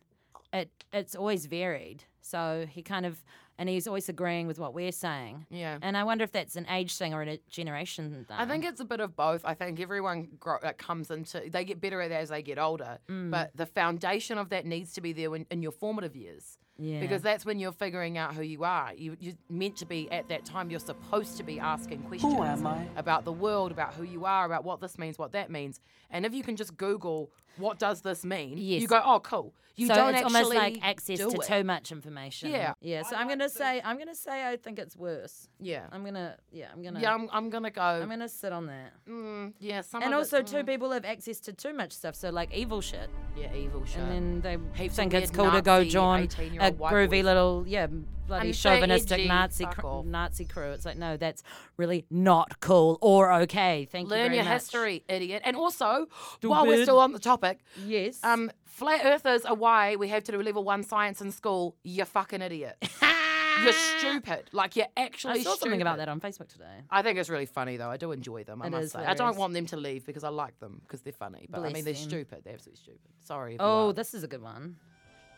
Speaker 2: it it's always varied. So he kind of and he's always agreeing with what we're saying.
Speaker 3: Yeah.
Speaker 2: And I wonder if that's an age thing or a generation thing.
Speaker 3: I think it's a bit of both. I think everyone grow, like, comes into they get better at it as they get older,
Speaker 2: Mm.
Speaker 3: but the foundation of that needs to be there when, in your formative years.
Speaker 2: Yeah.
Speaker 3: Because that's when you're figuring out who you are. You, you're meant to be at that time. You're supposed to be asking questions
Speaker 4: am I?
Speaker 3: about the world, about who you are, about what this means, what that means. And if you can just Google what does this mean,
Speaker 2: Yes.
Speaker 3: you go, oh, cool. You
Speaker 2: so
Speaker 3: don't
Speaker 2: it's
Speaker 3: actually
Speaker 2: almost like access
Speaker 3: do
Speaker 2: to
Speaker 3: it.
Speaker 2: too much information.
Speaker 3: Yeah.
Speaker 2: Yeah. So I'm gonna say I'm gonna say I think it's worse.
Speaker 3: Yeah,
Speaker 2: I'm gonna yeah I'm gonna
Speaker 3: yeah. I'm, I'm gonna go.
Speaker 2: I'm gonna sit on that.
Speaker 3: mm, yeah, some
Speaker 2: And
Speaker 3: of
Speaker 2: also,
Speaker 3: it, Mm.
Speaker 2: too, people have access to too much stuff. So, like evil shit.
Speaker 3: yeah, evil shit.
Speaker 2: And then they
Speaker 3: Heaps of
Speaker 2: think it's
Speaker 3: weird
Speaker 2: cool to go
Speaker 3: Nazi
Speaker 2: join a
Speaker 3: 18-year-old white
Speaker 2: groovy
Speaker 3: boys.
Speaker 2: little, yeah, bloody
Speaker 3: And so
Speaker 2: chauvinistic
Speaker 3: edgy,
Speaker 2: Nazi
Speaker 3: fuck
Speaker 2: cr-
Speaker 3: off.
Speaker 2: Nazi crew. It's like, no, that's really not cool or okay. Thank you.
Speaker 3: Learn
Speaker 2: very
Speaker 3: your
Speaker 2: much.
Speaker 3: history, idiot. And also, while we're
Speaker 2: Stupid.
Speaker 3: still on the topic,
Speaker 2: Yes.
Speaker 3: um, flat earthers are why we have to do level one science in school. You fucking idiot. you're stupid. Like you're actually.
Speaker 2: I saw something about
Speaker 3: stupid.
Speaker 2: that on Facebook today.
Speaker 3: I think it's really funny though. I do enjoy them. I
Speaker 2: It
Speaker 3: must
Speaker 2: is
Speaker 3: say, I don't
Speaker 2: hilarious.
Speaker 3: want them to leave because I like them because they're funny. But I
Speaker 2: Bless
Speaker 3: mean, they're
Speaker 2: them.
Speaker 3: stupid. They're absolutely stupid. Sorry. if you
Speaker 2: Oh,
Speaker 3: are.
Speaker 2: this is a good one.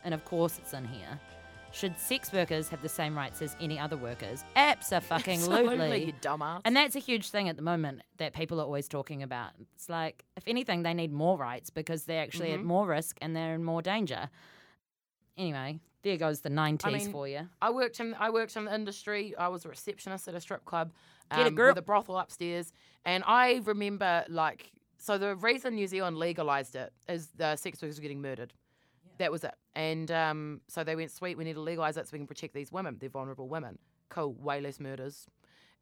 Speaker 2: And of course, it's in here. Should sex workers have the same rights as any other workers? Absolutely.
Speaker 3: absolutely, you dumbass.
Speaker 2: And that's a huge thing at the moment that people are always talking about. It's like, if anything, they need more rights because they're actually
Speaker 3: Mm-hmm.
Speaker 2: at more risk and they're in more danger. Anyway, there goes the 90s
Speaker 3: mean,
Speaker 2: for you.
Speaker 3: I worked in I worked in the industry. I was a receptionist at a strip club
Speaker 2: Get it,
Speaker 3: um,
Speaker 2: girl.
Speaker 3: with a brothel upstairs, and I remember like so the reason New Zealand legalized it is the sex workers were getting murdered. That was it, and um, so they went sweet. We need to legalize it so we can protect these women. They're vulnerable women. Cool, way less murders.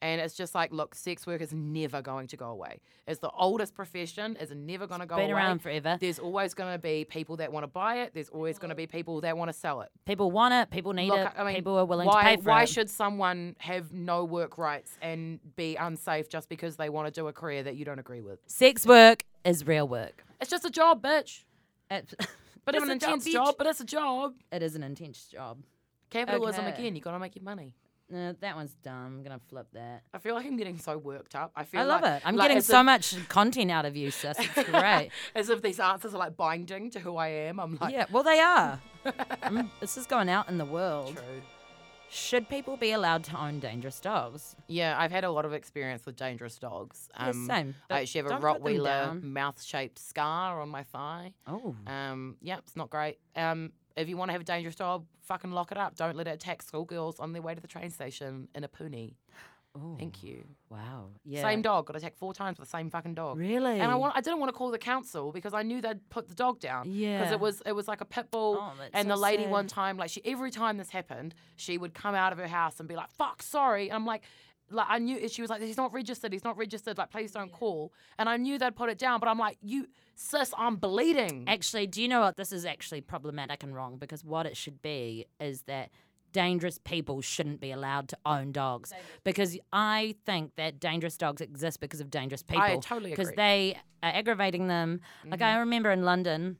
Speaker 3: And it's just like, look, sex work is never going to go away. It's the oldest profession. It's never going to go
Speaker 2: Been
Speaker 3: away.
Speaker 2: around forever.
Speaker 3: There's always going to be people that want to buy it. There's always going to be people that want to sell it.
Speaker 2: People want it, people need
Speaker 3: Look,
Speaker 2: it,
Speaker 3: I mean,
Speaker 2: people are willing
Speaker 3: why,
Speaker 2: to pay for
Speaker 3: why
Speaker 2: it.
Speaker 3: should someone have no work rights and be unsafe just because they want to do a career that you don't agree with?
Speaker 2: Sex work is real work.
Speaker 3: It's just a job, bitch.
Speaker 2: It-
Speaker 3: But it's an
Speaker 2: It's a
Speaker 3: intense
Speaker 2: bitch.
Speaker 3: job, but it's a job.
Speaker 2: It is an intense job.
Speaker 3: Capitalism
Speaker 2: Okay.
Speaker 3: again. You gotta make your money.
Speaker 2: No, that one's dumb. I'm going to flip that.
Speaker 3: I feel like I'm getting so worked up. I feel
Speaker 2: I love
Speaker 3: like-
Speaker 2: it. I'm
Speaker 3: like
Speaker 2: getting
Speaker 3: as
Speaker 2: so
Speaker 3: if-
Speaker 2: much content out of you, sis. It's great.
Speaker 3: As if these answers are like binding to who I am. I'm like,
Speaker 2: yeah, well, they are. Mm, this is going out in the world.
Speaker 3: true.
Speaker 2: Should people be allowed to own dangerous dogs?
Speaker 3: Yeah, I've had a lot of experience with dangerous dogs. Um,
Speaker 2: Yeah, same,
Speaker 3: I
Speaker 2: but
Speaker 3: actually have a
Speaker 2: don't put them
Speaker 3: Rottweiler
Speaker 2: down.
Speaker 3: mouth-shaped scar on my thigh.
Speaker 2: Oh.
Speaker 3: Um, yeah, it's not great. Um, if you want to have a dangerous dog, fucking lock it up. Don't let it attack schoolgirls on their way to the train station in a poonie. Thank you.
Speaker 2: oh, Wow. Yeah.
Speaker 3: Same dog got attacked four times with the same fucking dog.
Speaker 2: Really?
Speaker 3: And I want, I didn't want to call the council because I knew they'd put the dog down. Because
Speaker 2: Yeah.
Speaker 3: it was it was like a pit bull.
Speaker 2: Oh, that's
Speaker 3: and
Speaker 2: so
Speaker 3: the lady
Speaker 2: sad.
Speaker 3: one time, like she every time this happened, she would come out of her house and be like, "Fuck, sorry." And I'm like. Like I knew she was like, he's not registered, he's not registered. Like, please don't call. And I knew they'd put it down, but I'm like, you, sis, I'm bleeding.
Speaker 2: Actually, do you know what? This is actually problematic and wrong because what it should be is that dangerous people shouldn't be allowed to own dogs because I think that dangerous dogs exist because of dangerous people.
Speaker 3: totally
Speaker 2: Because
Speaker 3: agree.
Speaker 2: they are aggravating them. Like I remember in London.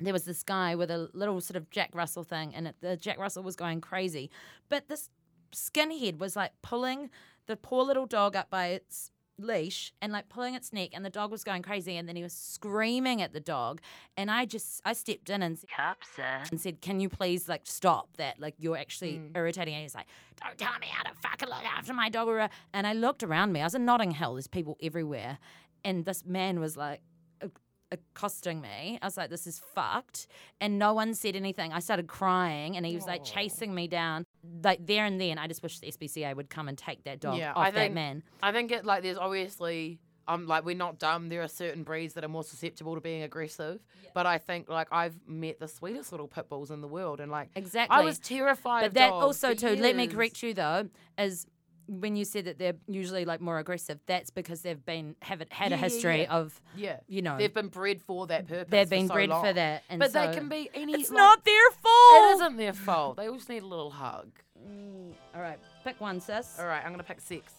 Speaker 2: There was this guy with a little sort of Jack Russell thing, and it, the Jack Russell was going crazy. But this skinhead was like pulling the poor little dog up by its leash and like pulling its neck and the dog was going crazy and then he was screaming at the dog and I just I stepped in and said, and said can you please like stop that like you're actually irritating and he's like don't tell me how to fucking look after my dog or-" and I looked around me I was in Notting Hill there's people everywhere and this man was like a- accosting me I was like this is fucked and no one said anything I started crying and he was like chasing me down like there and then I just wish the SPCA would come and take that dog
Speaker 3: Yeah,
Speaker 2: off
Speaker 3: I think-
Speaker 2: that man
Speaker 3: I think it like there's obviously um like we're not dumb. There are certain breeds that are more susceptible to being aggressive. But I think like I've met the sweetest little pit bulls in the world, and like
Speaker 2: Exactly.
Speaker 3: I was terrified.
Speaker 2: But
Speaker 3: of
Speaker 2: that
Speaker 3: dogs
Speaker 2: also
Speaker 3: for
Speaker 2: too. Let me
Speaker 3: years.
Speaker 2: correct you though, is when you said that they're usually like more aggressive. That's because they've been have it, had
Speaker 3: Yeah,
Speaker 2: a
Speaker 3: yeah,
Speaker 2: history
Speaker 3: yeah.
Speaker 2: of
Speaker 3: Yeah,
Speaker 2: you know
Speaker 3: they've been bred for that purpose.
Speaker 2: they've
Speaker 3: for
Speaker 2: been
Speaker 3: so
Speaker 2: bred for
Speaker 3: long.
Speaker 2: that, and
Speaker 3: but
Speaker 2: so-
Speaker 3: they can be any.
Speaker 2: It's
Speaker 3: like,
Speaker 2: not their fault.
Speaker 3: It isn't their fault. They all just need a little hug.
Speaker 2: All right, pick one, sis.
Speaker 3: All right, I'm gonna pick six.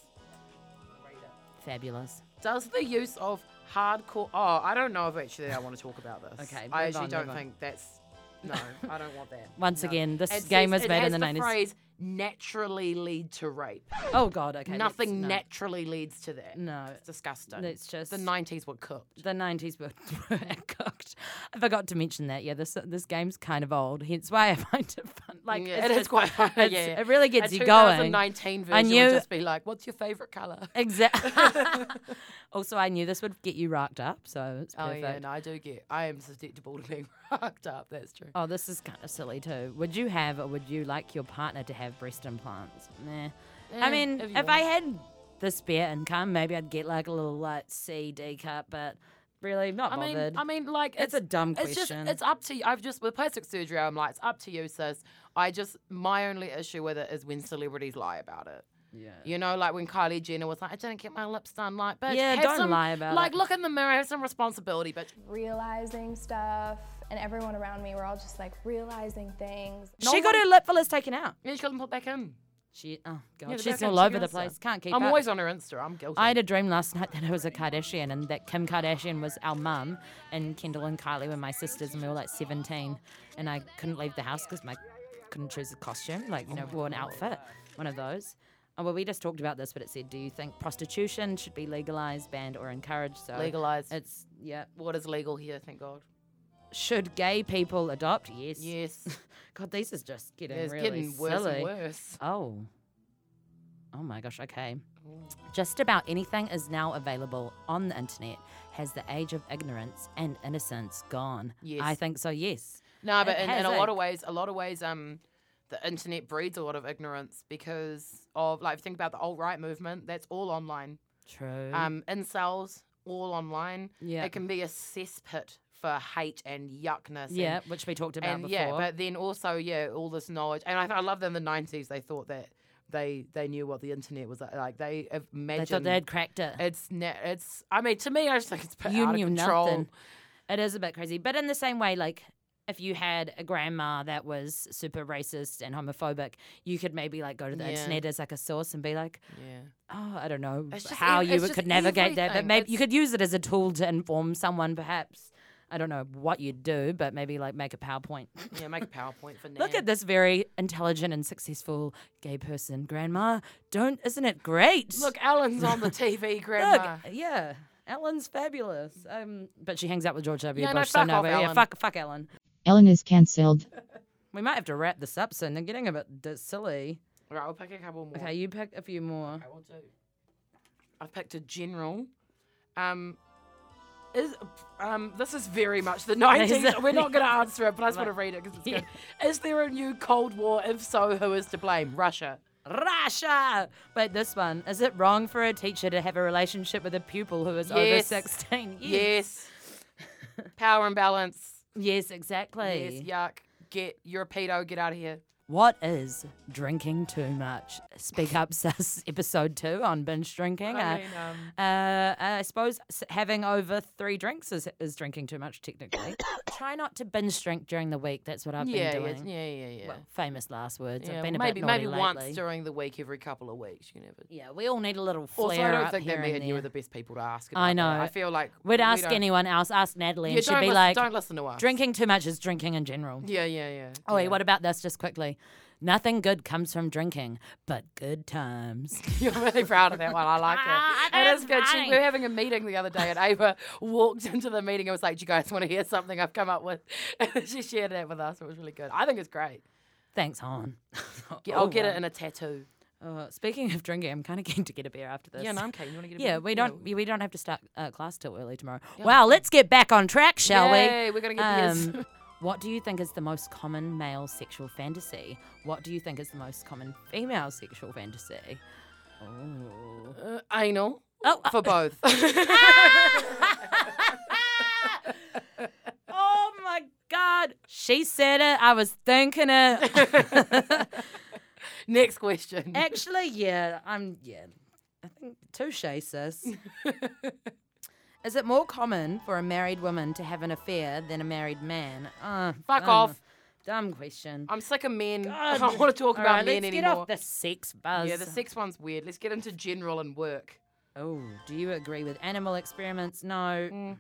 Speaker 2: Fabulous.
Speaker 3: Does the use of hardcore? Oh, I don't know if actually I want to talk about this.
Speaker 2: Okay,
Speaker 3: I
Speaker 2: move
Speaker 3: actually
Speaker 2: on,
Speaker 3: don't
Speaker 2: move on.
Speaker 3: think that's. No, I don't want that.
Speaker 2: Once
Speaker 3: No.
Speaker 2: again, this
Speaker 3: It
Speaker 2: game
Speaker 3: says-
Speaker 2: was made
Speaker 3: it
Speaker 2: in
Speaker 3: has
Speaker 2: the nineties.
Speaker 3: phrase naturally lead to rape.
Speaker 2: Oh God. Okay. let's-
Speaker 3: Nothing
Speaker 2: no.
Speaker 3: naturally leads to that.
Speaker 2: No.
Speaker 3: It's disgusting.
Speaker 2: It's just
Speaker 3: the 90s were cooked.
Speaker 2: The nineties were, were cooked. I forgot to mention that. Yeah, this this game's kind of old, hence why I find it fun. Like
Speaker 3: Yeah,
Speaker 2: it's
Speaker 3: it is
Speaker 2: just-
Speaker 3: quite hard.
Speaker 2: it's-
Speaker 3: yeah, yeah.
Speaker 2: It really gets
Speaker 3: A
Speaker 2: you going.
Speaker 3: 2019 version
Speaker 2: I knew-
Speaker 3: would just be like, "What's your favorite color?"
Speaker 2: Exactly. also, I knew this would get you rocked up, so it's
Speaker 3: Oh
Speaker 2: perfect.
Speaker 3: yeah, no, I do get. I am susceptible to being rocked up. That's true.
Speaker 2: Oh, this is kind of silly too. Would you have, or would you like your partner to have breast implants? Nah. I
Speaker 3: Eh,
Speaker 2: mean,
Speaker 3: if
Speaker 2: if,
Speaker 3: you
Speaker 2: I
Speaker 3: want.
Speaker 2: had the spare income, maybe I'd get like a little like C D cut, but really not
Speaker 3: I mean,
Speaker 2: bothered.
Speaker 3: I mean, like
Speaker 2: It's a dumb
Speaker 3: It's just
Speaker 2: question.
Speaker 3: it's up to you. I've just with plastic surgery, I'm like, it's up to you, sis. I just my only issue with it is when celebrities lie about it.
Speaker 2: yeah.
Speaker 3: You know, like when Kylie Jenner was like, "I didn't get my lips done." Like, bitch,
Speaker 2: Yeah,
Speaker 3: have
Speaker 2: don't
Speaker 3: some-
Speaker 2: lie about
Speaker 3: Like,
Speaker 2: it.
Speaker 3: look in the mirror, have some responsibility, bitch.
Speaker 4: realizing stuff, and everyone around me were all just like realizing things.
Speaker 2: she got her lip fillers taken out.
Speaker 3: Yeah, she got them put back in.
Speaker 2: She, oh god,
Speaker 3: Yeah, but
Speaker 2: she's
Speaker 3: don't
Speaker 2: all
Speaker 3: get
Speaker 2: over the
Speaker 3: together.
Speaker 2: place. Can't keep
Speaker 3: I'm
Speaker 2: up.
Speaker 3: always on her Insta. I'm guilty.
Speaker 2: I had a dream last night that I was a Kardashian and that Kim Kardashian was our mum, and Kendall and Kylie were my sisters, and we were like 17. And I couldn't leave the house because my couldn't choose a costume, like you know, wore an outfit, one of those. Oh, well, we just talked about this, but it said, "Do you think prostitution should be legalized, banned, or encouraged?" So
Speaker 3: Legalized.
Speaker 2: It's yeah.
Speaker 3: what is legal here? Thank God.
Speaker 2: Should gay people adopt? Yes.
Speaker 3: Yes,
Speaker 2: God, these is just getting
Speaker 3: it's
Speaker 2: really
Speaker 3: getting worse
Speaker 2: silly.
Speaker 3: and worse.
Speaker 2: Oh. Oh my gosh, okay. Just about anything is now available on the internet. Has the age of ignorance and innocence gone?
Speaker 3: Yes.
Speaker 2: I think so, yes.
Speaker 3: No, but
Speaker 2: It
Speaker 3: in,
Speaker 2: has,
Speaker 3: in a
Speaker 2: eh?
Speaker 3: lot of ways, a lot of ways, um, the internet breeds a lot of ignorance because of like if you think about the alt right movement. That's all online.
Speaker 2: True.
Speaker 3: Um, incels, all online.
Speaker 2: Mm. Yeah.
Speaker 3: it can be a cesspit for hate and yuckness. and-
Speaker 2: yeah, which we talked about
Speaker 3: and
Speaker 2: before.
Speaker 3: yeah, but then also yeah, all this knowledge, and I, th- I love that in the nineties they thought that they they knew what the internet was like. like they
Speaker 2: they
Speaker 3: imagined
Speaker 2: thought they had cracked it.
Speaker 3: it's ne- it's. I mean, to me, I just think it's a bit
Speaker 2: you
Speaker 3: out of
Speaker 2: knew
Speaker 3: control.
Speaker 2: nothing. It is a bit crazy. But in the same way, like if you had a grandma that was super racist and homophobic, you could maybe like go to the
Speaker 3: Yeah.
Speaker 2: internet as like a source and be like,
Speaker 3: Yeah,
Speaker 2: oh, I don't know
Speaker 3: It's just
Speaker 2: how
Speaker 3: ev-
Speaker 2: you
Speaker 3: it's
Speaker 2: would-
Speaker 3: just
Speaker 2: could navigate that, but
Speaker 3: everything.
Speaker 2: maybe you
Speaker 3: It's-
Speaker 2: could use it as a tool to inform someone, perhaps. I don't know what you'd do, but maybe like make a PowerPoint.
Speaker 3: yeah. Make a PowerPoint for now.
Speaker 2: Look at this very intelligent and successful gay person, Grandma. Don't, isn't it great?
Speaker 3: Look, Alan's on the TV,
Speaker 2: Look,
Speaker 3: Grandma.
Speaker 2: yeah. Ellen's fabulous. Um, but she hangs out with George W.
Speaker 3: Yeah, no,
Speaker 2: Bush, so
Speaker 3: fuck
Speaker 2: no,
Speaker 3: off,
Speaker 2: but yeah,
Speaker 3: Ellen.
Speaker 2: fuck, fuck Ellen.
Speaker 5: Ellen is cancelled.
Speaker 2: We might have to wrap this up soon. They're getting a bit d- silly.
Speaker 3: Right, I'll pick a couple more.
Speaker 2: Okay, you pick a few more.
Speaker 3: I will do. I've picked a general. Um, is um, this is very much the 90s. We're not going to answer it, but I just want to read it because it's good. Is there a new Cold War? If so, who is to blame? Russia.
Speaker 2: Russia! Wait, this one. Is it wrong for a teacher to have a relationship with a pupil who is over
Speaker 3: Yes.
Speaker 2: 16?
Speaker 3: Yes. Power imbalance.
Speaker 2: Yes, exactly.
Speaker 3: Yes. Yuck. Get you're a pedo. Get out of here.
Speaker 2: What is drinking too much? Speak Up Sus, episode two on binge drinking.
Speaker 3: I
Speaker 2: Uh,
Speaker 3: mean, um,
Speaker 2: uh, I suppose s- having over three drinks is, is drinking too much, technically. Try not to binge drink during the week. That's what I've
Speaker 3: yeah,
Speaker 2: been
Speaker 3: yeah,
Speaker 2: doing.
Speaker 3: yeah, yeah, yeah.
Speaker 2: Well, famous last words.
Speaker 3: yeah
Speaker 2: I've been a
Speaker 3: maybe
Speaker 2: bit naughty
Speaker 3: maybe
Speaker 2: lately.
Speaker 3: once during the week, every couple of weeks. You can have it.
Speaker 2: Yeah, we all need a little flare
Speaker 3: Also, I don't
Speaker 2: up
Speaker 3: think
Speaker 2: here
Speaker 3: that me
Speaker 2: and
Speaker 3: and you
Speaker 2: there.
Speaker 3: are the best people to ask. About
Speaker 2: I
Speaker 3: that. I
Speaker 2: know.
Speaker 3: feel like
Speaker 2: We'd
Speaker 3: we
Speaker 2: ask
Speaker 3: don't-
Speaker 2: anyone else. Ask Natalie,
Speaker 3: Yeah,
Speaker 2: and she'd
Speaker 3: don't
Speaker 2: be
Speaker 3: listen,
Speaker 2: like,
Speaker 3: don't listen to us.
Speaker 2: Drinking too much is drinking in general.
Speaker 3: Yeah, yeah, yeah.
Speaker 2: Oh, wait,
Speaker 3: yeah.
Speaker 2: what about this just quickly? Nothing good comes from drinking, but good times.
Speaker 3: You're really proud of that one. I like
Speaker 2: Ah,
Speaker 3: it. It
Speaker 2: that's
Speaker 3: is good. She,
Speaker 2: right.
Speaker 3: we were having a meeting the other day, and Ava walked into the meeting and was like, "Do you guys want to hear something I've come up with?" And she shared that with us. It was really good. I think it's great.
Speaker 2: Thanks, Hon.
Speaker 3: Get-
Speaker 2: Oh,
Speaker 3: I'll get it in a tattoo.
Speaker 2: Uh, speaking of drinking, I'm kind of keen to get a beer after this.
Speaker 3: Yeah, no, I'm keen. You want to get? A
Speaker 2: Yeah,
Speaker 3: beer?
Speaker 2: we don't we, we don't have to start uh, class till early tomorrow. Wow, let's get back on track, shall
Speaker 3: Yay,
Speaker 2: we? Um,
Speaker 3: we're gonna get beers.
Speaker 2: what do you think is the most common male sexual fantasy? What do you think is the most common female sexual fantasy?
Speaker 3: Uh, anal.
Speaker 2: Oh, uh,
Speaker 3: for both.
Speaker 2: oh my god. She said it. I was thinking it.
Speaker 3: Next question.
Speaker 2: Actually, yeah, I'm yeah. I think touche, sis. Is it more common for a married woman to have an affair than a married man? Uh,
Speaker 3: Fuck
Speaker 2: dumb-
Speaker 3: off.
Speaker 2: Dumb question.
Speaker 3: I'm sick of men. I
Speaker 2: God.
Speaker 3: don't want to talk
Speaker 2: All
Speaker 3: about
Speaker 2: right,
Speaker 3: men
Speaker 2: let's
Speaker 3: anymore.
Speaker 2: get off the sex buzz.
Speaker 3: yeah, the sex one's weird. Let's get into general and work.
Speaker 2: Oh, do you agree with animal experiments? No.
Speaker 3: I'm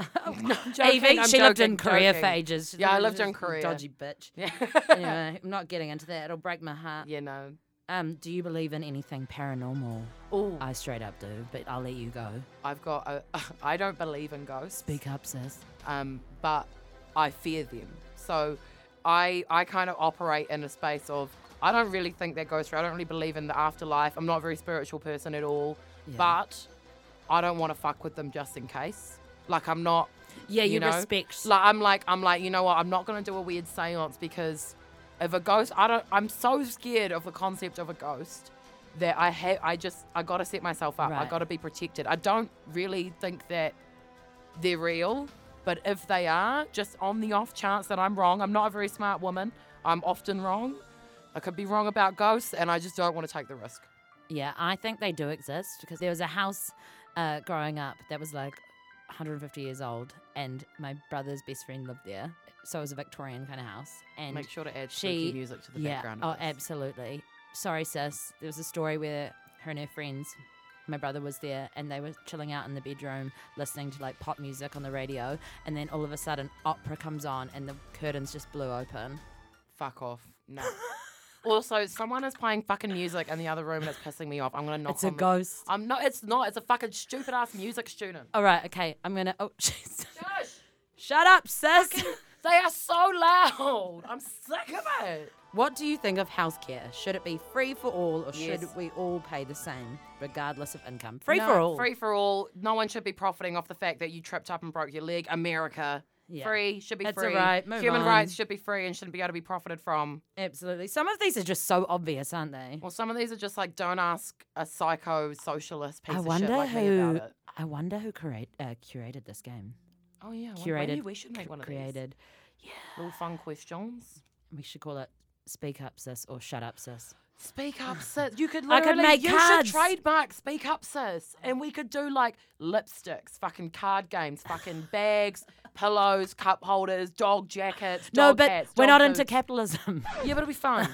Speaker 2: Evie,
Speaker 3: Mm. joking, I'm
Speaker 2: she lived
Speaker 3: joking,
Speaker 2: in Korea
Speaker 3: joking.
Speaker 2: for ages. She's
Speaker 3: Yeah, I
Speaker 2: a-
Speaker 3: lived in
Speaker 2: just a
Speaker 3: Korea.
Speaker 2: Dodgy bitch.
Speaker 3: Yeah.
Speaker 2: anyway, I'm not getting into that. It'll break my heart.
Speaker 3: yeah, no.
Speaker 2: Um, do you believe in anything paranormal?
Speaker 3: Oh,
Speaker 2: I straight up do, but I'll let you go.
Speaker 3: I've got. A, I don't believe in ghosts.
Speaker 2: Speak up, sis.
Speaker 3: um, but I fear them. So I I kind of operate in a space of I don't really think that goes through. I don't really believe in the afterlife. I'm not a very spiritual person at all, but I don't want to fuck with them just in case. Like I'm not.
Speaker 2: Yeah, you,
Speaker 3: know?
Speaker 2: respect.
Speaker 3: Like I'm like I'm like you know what? I'm not gonna do a weird séance because if a ghost, I don't. I'm so scared of the concept of a ghost that I have. I just I gotta set myself up.
Speaker 2: Right.
Speaker 3: I gotta be protected. I don't really think that they're real, but if they are, just on the off chance that I'm wrong, I'm not a very smart woman. I'm often wrong. I could be wrong about ghosts, and I just don't want to take the risk.
Speaker 2: Yeah, I think they do exist because there was a house uh, growing up that was like 150 years old, and my brother's best friend lived there. So it was a Victorian kind of house. And
Speaker 3: Make sure to add
Speaker 2: she
Speaker 3: spooky music to the
Speaker 2: yeah,
Speaker 3: background.
Speaker 2: Oh,
Speaker 3: of this.
Speaker 2: absolutely. Sorry, sis. There was a story where her and her friends, my brother was there, and they were chilling out in the bedroom listening to like pop music on the radio, and then all of a sudden opera comes on and the curtains just blew open.
Speaker 3: Fuck off. No. also, someone is playing fucking music in the other room and it's pissing me off. I'm gonna knock.
Speaker 2: It's a
Speaker 3: on the-
Speaker 2: ghost.
Speaker 3: I'm not. It's not. It's a fucking stupid ass music student.
Speaker 2: All right, okay. I'm gonna. Oh, jeez. Shut up, sis.
Speaker 3: They are so loud. I'm sick of it.
Speaker 2: What do you think of healthcare? Should it be free for all, or
Speaker 3: Yes.
Speaker 2: should we all pay the same, regardless of income? Free for
Speaker 3: No,
Speaker 2: all.
Speaker 3: Free for all. No one should be profiting off the fact that you tripped up and broke your leg. America.
Speaker 2: Yeah.
Speaker 3: Free should be
Speaker 2: That's
Speaker 3: free.
Speaker 2: alright, move
Speaker 3: Human
Speaker 2: on.
Speaker 3: rights should be free and shouldn't be able to be profited from.
Speaker 2: Absolutely. Some of these are just so obvious, aren't they?
Speaker 3: Well, some of these are just like don't ask a psycho socialist piece
Speaker 2: I
Speaker 3: of
Speaker 2: wonder
Speaker 3: shit like me
Speaker 2: who.
Speaker 3: about it.
Speaker 2: I wonder who curate, uh, curated this game.
Speaker 3: Oh yeah, well,
Speaker 2: Curated.
Speaker 3: Maybe we should make one of these
Speaker 2: created.
Speaker 3: little fun questions.
Speaker 2: We should call it "Speak Up, Sis" or "Shut Up, Sis."
Speaker 3: Speak up, sis. You could
Speaker 2: I
Speaker 3: literally.
Speaker 2: could make
Speaker 3: you
Speaker 2: cards.
Speaker 3: should trademark Speak Up, sis, and we could do like lipsticks, fucking card games, fucking bags, pillows, cup holders, dog jackets.
Speaker 2: No,
Speaker 3: dog
Speaker 2: but
Speaker 3: hats,
Speaker 2: we're
Speaker 3: dog
Speaker 2: not into
Speaker 3: boots.
Speaker 2: capitalism.
Speaker 3: Yeah, but it'll be fun.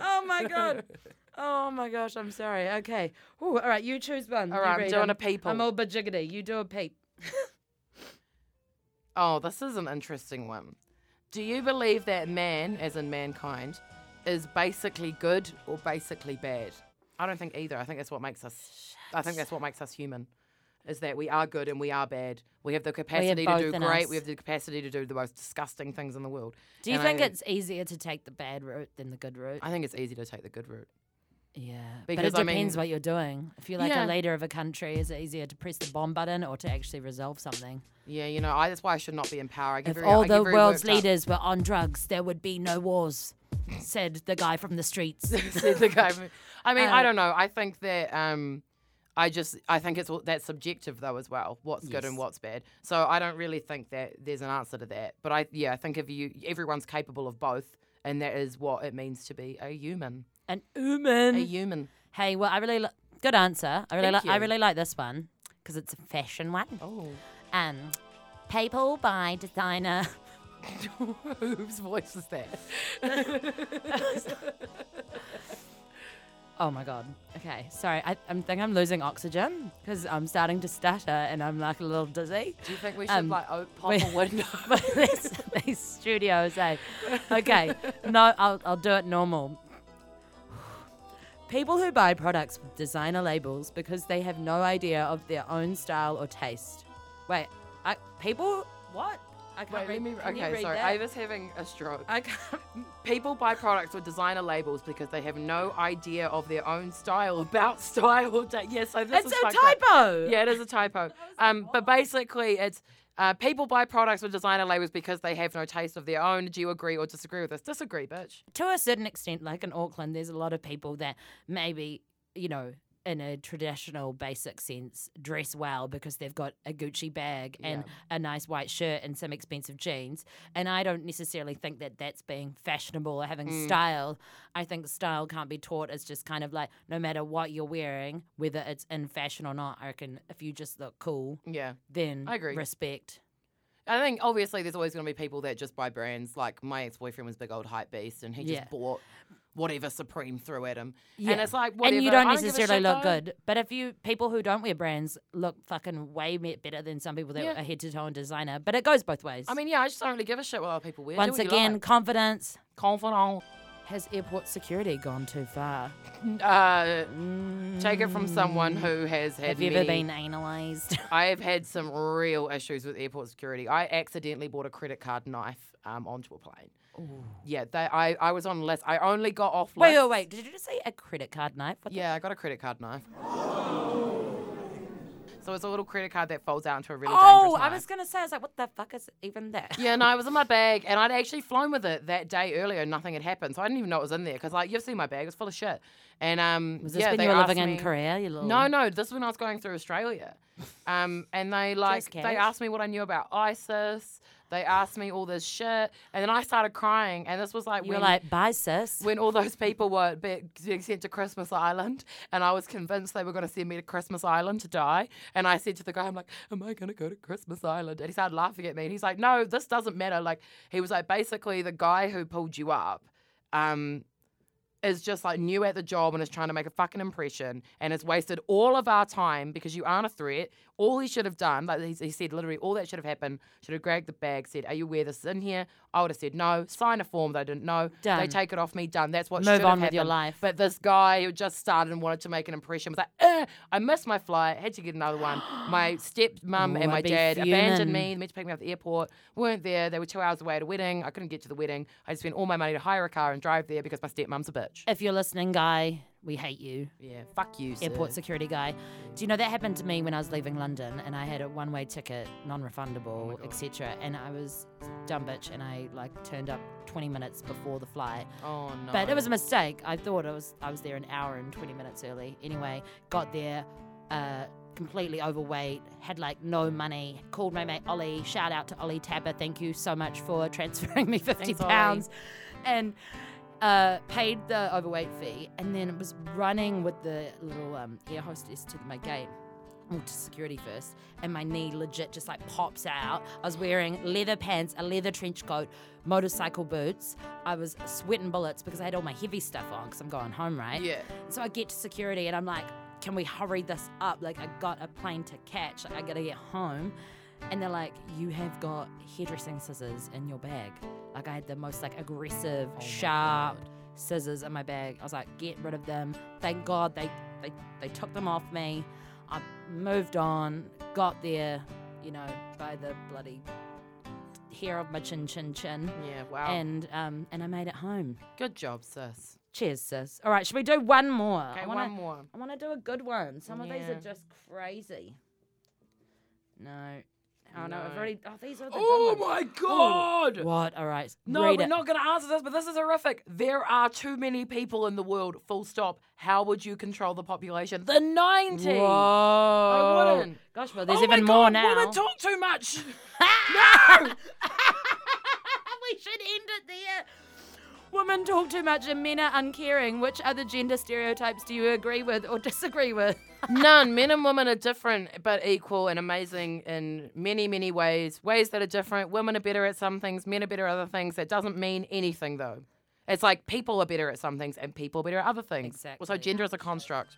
Speaker 2: oh my god. Oh my gosh, I'm sorry. Okay. Ooh, all right, you choose one.
Speaker 3: All
Speaker 2: You
Speaker 3: right, I'm
Speaker 2: read
Speaker 3: doing
Speaker 2: them.
Speaker 3: a people.
Speaker 2: I'm all bajiggity. You do a peep.
Speaker 3: oh, this is an interesting one. Do you believe that man, as in mankind, is basically good or basically bad? I don't think either. I think that's what makes us. I think that's what makes us human. Is that we are good and we are bad. We have the capacity to
Speaker 2: both
Speaker 3: do
Speaker 2: in
Speaker 3: great.
Speaker 2: us.
Speaker 3: We have the capacity to do the most disgusting things in the world.
Speaker 2: Do you
Speaker 3: And I
Speaker 2: think it's easier to take the bad route than the good route?
Speaker 3: I think it's easy to take the good route.
Speaker 2: yeah.
Speaker 3: because,
Speaker 2: but
Speaker 3: I
Speaker 2: it depends
Speaker 3: mean-
Speaker 2: what you're doing. If you're like a
Speaker 3: Yeah.
Speaker 2: leader of a country, is it easier to press the bomb button or to actually resolve something?
Speaker 3: Yeah, you know, I, that's why I should not be in power. I get
Speaker 2: If
Speaker 3: very,
Speaker 2: all
Speaker 3: I get
Speaker 2: the
Speaker 3: very
Speaker 2: world's
Speaker 3: worked up.
Speaker 2: leaders were on drugs, there would be no wars, said the guy from the streets.
Speaker 3: said the guy. I mean, I
Speaker 2: Uh,
Speaker 3: don't know. I think that um, I just I think it's all that's subjective though as well. What's good and
Speaker 2: Yes.
Speaker 3: what's bad. So I don't really think that there's an answer to that. But I yeah, I think if you everyone's capable of both, and that is what it means to be a human.
Speaker 2: An
Speaker 3: A
Speaker 2: ooman.
Speaker 3: human.
Speaker 2: Hey, well, I really li- good answer. I really,
Speaker 3: Thank
Speaker 2: li- I
Speaker 3: you.
Speaker 2: really like this one because it's a fashion one.
Speaker 3: Oh,
Speaker 2: Um, people by designer.
Speaker 3: whose voice is that?
Speaker 2: Oh my god. Okay, sorry. I, I think I'm losing oxygen because I'm starting to stutter and I'm like a little dizzy.
Speaker 3: Do you think we should
Speaker 2: Um,
Speaker 3: like o- pop
Speaker 2: we-
Speaker 3: a window?
Speaker 2: But these, these studios, eh? Okay, no, I'll, I'll do it normal. People who buy products with designer labels because they have no idea of their own style or taste. Wait, I, people? What? I can't
Speaker 3: Wait, let
Speaker 2: read.
Speaker 3: me,
Speaker 2: can you
Speaker 3: okay,
Speaker 2: read
Speaker 3: sorry.
Speaker 2: that?
Speaker 3: I was having a stroke. Uh,
Speaker 2: I can't.
Speaker 3: People buy products with designer labels because they have no idea of their own style about style. da- Yes, so this
Speaker 2: It's
Speaker 3: is
Speaker 2: a
Speaker 3: fucked up.
Speaker 2: typo.
Speaker 3: Yeah, it is a typo. Um,
Speaker 2: "Oh."
Speaker 3: but basically, it's uh, people buy products with designer labels because they have no taste of their own. Do you agree or disagree with this? Disagree, bitch.
Speaker 2: to a certain extent, like in Auckland, there's a lot of people that maybe, you know, in a traditional basic sense, dress well because they've got a Gucci bag and a nice white shirt and some expensive jeans. And I don't necessarily think that that's being fashionable or having
Speaker 3: Mm.
Speaker 2: style. I think style can't be taught as just kind of like no matter what you're wearing, whether it's in fashion or not. I reckon if you just look cool,
Speaker 3: Yeah.
Speaker 2: then
Speaker 3: I agree.
Speaker 2: respect.
Speaker 3: I think obviously there's always going to be people that just buy brands. Like my ex boyfriend was big old hype beast, and he
Speaker 2: Yeah.
Speaker 3: just bought whatever Supreme threw at him.
Speaker 2: Yeah.
Speaker 3: And it's like, whatever.
Speaker 2: and you don't
Speaker 3: I give a
Speaker 2: necessarily
Speaker 3: shit,
Speaker 2: look
Speaker 3: though.
Speaker 2: good. But if you people who don't wear brands look fucking way me- better than some people that
Speaker 3: Yeah.
Speaker 2: are head to toe in designer. But it goes both ways.
Speaker 3: I mean, yeah, I just don't really give a shit what other people wear. Do
Speaker 2: once
Speaker 3: what you
Speaker 2: again,
Speaker 3: like.
Speaker 2: confidence.
Speaker 3: confident.
Speaker 2: Has airport security gone too far?
Speaker 3: Uh, Take it from someone who has had
Speaker 2: mm, Have you ever
Speaker 3: many-
Speaker 2: been analysed?
Speaker 3: I have had some real issues with airport security. I accidentally bought a credit card knife um, onto a plane. Yeah, they, I, I was on list. I only got off list.
Speaker 2: wait, wait, wait. Did you just say a credit card knife? What the-
Speaker 3: Yeah, I got a credit card knife. So it's a little credit card that folds out into a really dangerous
Speaker 2: Oh,
Speaker 3: knife.
Speaker 2: I was gonna say, I was like, what the fuck is even that?
Speaker 3: Yeah, no, it was in my bag, and I'd actually flown with it that day earlier, and nothing had happened, so I didn't even know it was in there. Because like you've seen my bag, it's full of shit. And um,
Speaker 2: Was this
Speaker 3: yeah,
Speaker 2: when
Speaker 3: they
Speaker 2: you were living
Speaker 3: asked
Speaker 2: in
Speaker 3: me-
Speaker 2: Korea? You little
Speaker 3: No, no, this is when I was going through Australia. Um, and they like they
Speaker 2: cash.
Speaker 3: asked me what I knew about ISIS. They asked me all this shit, and then I started crying. And this was like
Speaker 2: You were
Speaker 3: when,
Speaker 2: like, bye, sis.
Speaker 3: when all those people were be- being sent to Christmas Island, and I was convinced they were going to send me to Christmas Island to die. And I said to the guy, I'm like, Am I going to go to Christmas Island? And he started laughing at me. And he's like, No, this doesn't matter. Like, he was like, Basically, the guy who pulled you up um, is just like new at the job and is trying to make a fucking impression and has wasted all of our time because you aren't a threat. All he should have done, like he, he said, literally all that should have happened, should have grabbed the bag, said, Are you aware this is in here? I would have said no, sign a form that I didn't know. They
Speaker 2: Done.
Speaker 3: take it off me, done. That's what
Speaker 2: Move
Speaker 3: should have
Speaker 2: on with your
Speaker 3: happened.
Speaker 2: life.
Speaker 3: But this guy who just started and wanted to make an impression was like, "Eh, I missed my flight, had to get another one. My stepmom
Speaker 2: Oh,
Speaker 3: and my
Speaker 2: I'd be
Speaker 3: dad abandoned
Speaker 2: fuming.
Speaker 3: me. They meant to pick me up at the airport, weren't there. They were two hours away at a wedding. I couldn't get to the wedding. I spent all my money to hire a car and drive there because my stepmom's a bitch.
Speaker 2: If you're listening, guy, we hate you.
Speaker 3: Yeah, fuck you, sir.
Speaker 2: airport security guy. Do you know that happened to me when I was leaving London and I had a one way ticket, non refundable, etc. And I was dumb bitch and I like turned up 20 minutes before the flight.
Speaker 3: Oh no.
Speaker 2: But it was a mistake. I thought I was I was there an hour and 20 minutes early. Anyway, got there uh, completely overweight, had like no money. Called my mate Ollie. Shout out to Ollie Tabber. Thank you so much for transferring me 50
Speaker 3: Thanks, Ollie.
Speaker 2: pounds. And uh, paid the overweight fee and then was running with the little um, air hostess to my gate. Well, to security first, and my knee legit just like pops out. I was wearing leather pants, a leather trench coat, motorcycle boots. I was sweating bullets because I had all my heavy stuff on because I'm going home, right?
Speaker 3: Yeah.
Speaker 2: So I get to security and I'm like, can we hurry this up? Like, I got a plane to catch. Like, I gotta get home. And they're like, you have got hairdressing scissors in your bag. Like, I had the most like aggressive,
Speaker 3: Oh
Speaker 2: sharp scissors in my bag. I was like, get rid of them. Thank God they they, they took them off me. I moved on, got there, you know, by the bloody hair of my chin, chin, chin.
Speaker 3: Yeah, wow.
Speaker 2: And um, and I made it home.
Speaker 3: Good job, sis.
Speaker 2: Cheers, sis. All right, should we do one more? I
Speaker 3: Okay,
Speaker 2: wanna-
Speaker 3: one more.
Speaker 2: I want to do a good one. Some of these
Speaker 3: Yeah.
Speaker 2: are just crazy. No. Oh, no. I've
Speaker 3: No.
Speaker 2: already. Oh, these are the
Speaker 3: Oh
Speaker 2: dumb ones.
Speaker 3: my god!
Speaker 2: What? All right.
Speaker 3: No,
Speaker 2: read
Speaker 3: we're
Speaker 2: it.
Speaker 3: not going to answer this, but this is horrific. There are too many people in the world, full stop. How would you control the population? The 90!
Speaker 2: Whoa.
Speaker 3: I wouldn't.
Speaker 2: Gosh, well, there's
Speaker 3: Oh my
Speaker 2: even more
Speaker 3: God,
Speaker 2: now.
Speaker 3: Women talk too much.
Speaker 2: we should end it there. Women talk too much and men are uncaring. Which other gender stereotypes do you agree with or disagree with?
Speaker 3: None. Men and women are different, but equal and amazing in many, many ways. Ways that are different. Women are better at some things, men are better at other things. That doesn't mean anything, though. It's like people are better at some things and people are better at other things. Also,
Speaker 2: Exactly.
Speaker 3: gender is a construct.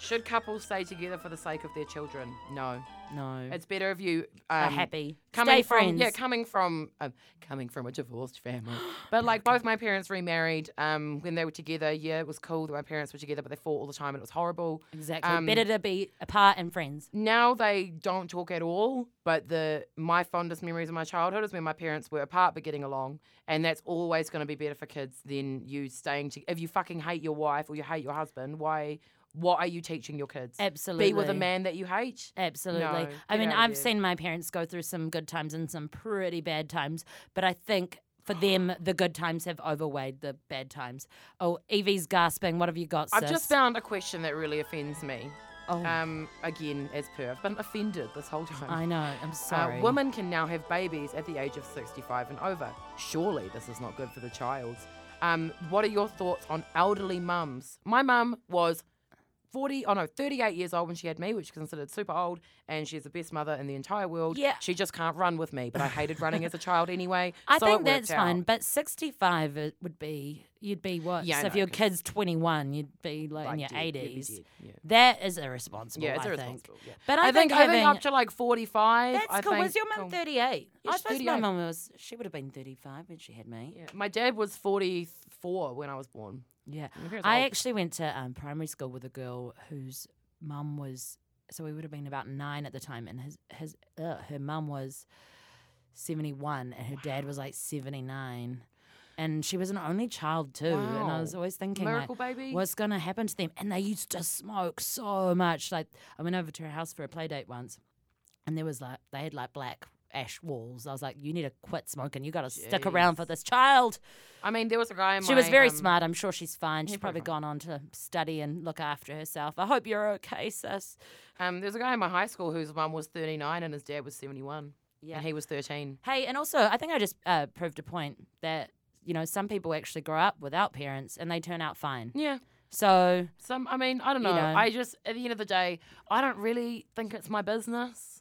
Speaker 3: Should couples stay together for the sake of their children? No.
Speaker 2: No.
Speaker 3: It's better if you um,
Speaker 2: Mm. Are happy.
Speaker 3: Coming
Speaker 2: Stay
Speaker 3: from,
Speaker 2: friends.
Speaker 3: Yeah, coming from um, coming from a divorced family, but like both my parents remarried um, when they were together. Yeah, it was cool that my parents were together, but they fought all the time and it was horrible.
Speaker 2: Exactly.
Speaker 3: Um,
Speaker 2: Better to be apart and friends.
Speaker 3: now they don't talk at all. But the my fondest memories of my childhood is when my parents were apart but getting along, and that's always going to be better for kids than you staying. To, if you fucking hate your wife or you hate your husband, why? What are you teaching your kids? Be with a
Speaker 2: Absolutely.
Speaker 3: man that you hate.
Speaker 2: Absolutely.
Speaker 3: No,
Speaker 2: I
Speaker 3: get
Speaker 2: mean,
Speaker 3: out of
Speaker 2: I've
Speaker 3: there.
Speaker 2: seen my parents go through some good times and some pretty bad times, but I think for them, the good times have overweighed the bad times. Oh, Evie's gasping. What have you got, sis?
Speaker 3: I've just found a question that really offends me.
Speaker 2: Oh.
Speaker 3: Um, again, as per, I've been offended this whole time.
Speaker 2: I know. I'm sorry.
Speaker 3: Uh, women can now have babies at the age of 65 and over. Surely this is not good for the child. Um, what are your thoughts on elderly mums? My mum was 40, oh no, 38 years old when she had me, which is considered super old, and she's the best mother in the entire world.
Speaker 2: Yeah.
Speaker 3: She just can't run with me, but I hated running as a child anyway.
Speaker 2: I
Speaker 3: so
Speaker 2: think
Speaker 3: it
Speaker 2: that's
Speaker 3: worked out.
Speaker 2: fine, but 65 it would be, you'd be what?
Speaker 3: Yeah, I
Speaker 2: so if
Speaker 3: know,
Speaker 2: your
Speaker 3: 'cause-
Speaker 2: kid's 21, you'd be like, in
Speaker 3: Like
Speaker 2: your
Speaker 3: dead, you'd be
Speaker 2: 80s.
Speaker 3: dead, yeah.
Speaker 2: That is irresponsible.
Speaker 3: Yeah, it's
Speaker 2: I think.
Speaker 3: irresponsible. yeah.
Speaker 2: But I,
Speaker 3: think,
Speaker 2: think,
Speaker 3: I think
Speaker 2: having-
Speaker 3: up to like 45.
Speaker 2: That's
Speaker 3: I
Speaker 2: cool.
Speaker 3: think,
Speaker 2: Was your mum
Speaker 3: cool.
Speaker 2: 38?
Speaker 3: Yeah,
Speaker 2: I
Speaker 3: she's
Speaker 2: suppose my
Speaker 3: 38.
Speaker 2: mum was, she would have been 35 when she had me.
Speaker 3: Yeah. My dad was 44 when I was born.
Speaker 2: Yeah.
Speaker 3: parents are
Speaker 2: I
Speaker 3: old.
Speaker 2: actually went to um, primary school with a girl whose mum was, so we would have been about nine at the time, and his, his uh, her mum was 71 and her dad was like 79. And she was an only child too. And I was
Speaker 3: Wow.
Speaker 2: always thinking,
Speaker 3: Miracle
Speaker 2: like,
Speaker 3: baby.
Speaker 2: what's going to happen to them? And they used to smoke so much. Like, I went over to her house for a play date once, and there was like, they had like black ash walls. I was like, you need to quit smoking. You got to stick around for this child.
Speaker 3: I mean, there was a guy in
Speaker 2: She
Speaker 3: my
Speaker 2: was very
Speaker 3: um,
Speaker 2: smart. I'm sure she's fine. She's probably gone on to study and look after herself. I hope you're okay, sis.
Speaker 3: Um, there was a guy in my high school whose mum was 39 and his dad was 71.
Speaker 2: Yeah.
Speaker 3: And he was 13.
Speaker 2: Hey, and also, I think I just uh, proved a point that, you know, some people actually grow up without parents and they turn out fine.
Speaker 3: Yeah.
Speaker 2: So,
Speaker 3: Some, I mean, I don't
Speaker 2: You
Speaker 3: know.
Speaker 2: know.
Speaker 3: I just, at the end of the day, I don't really think it's my business.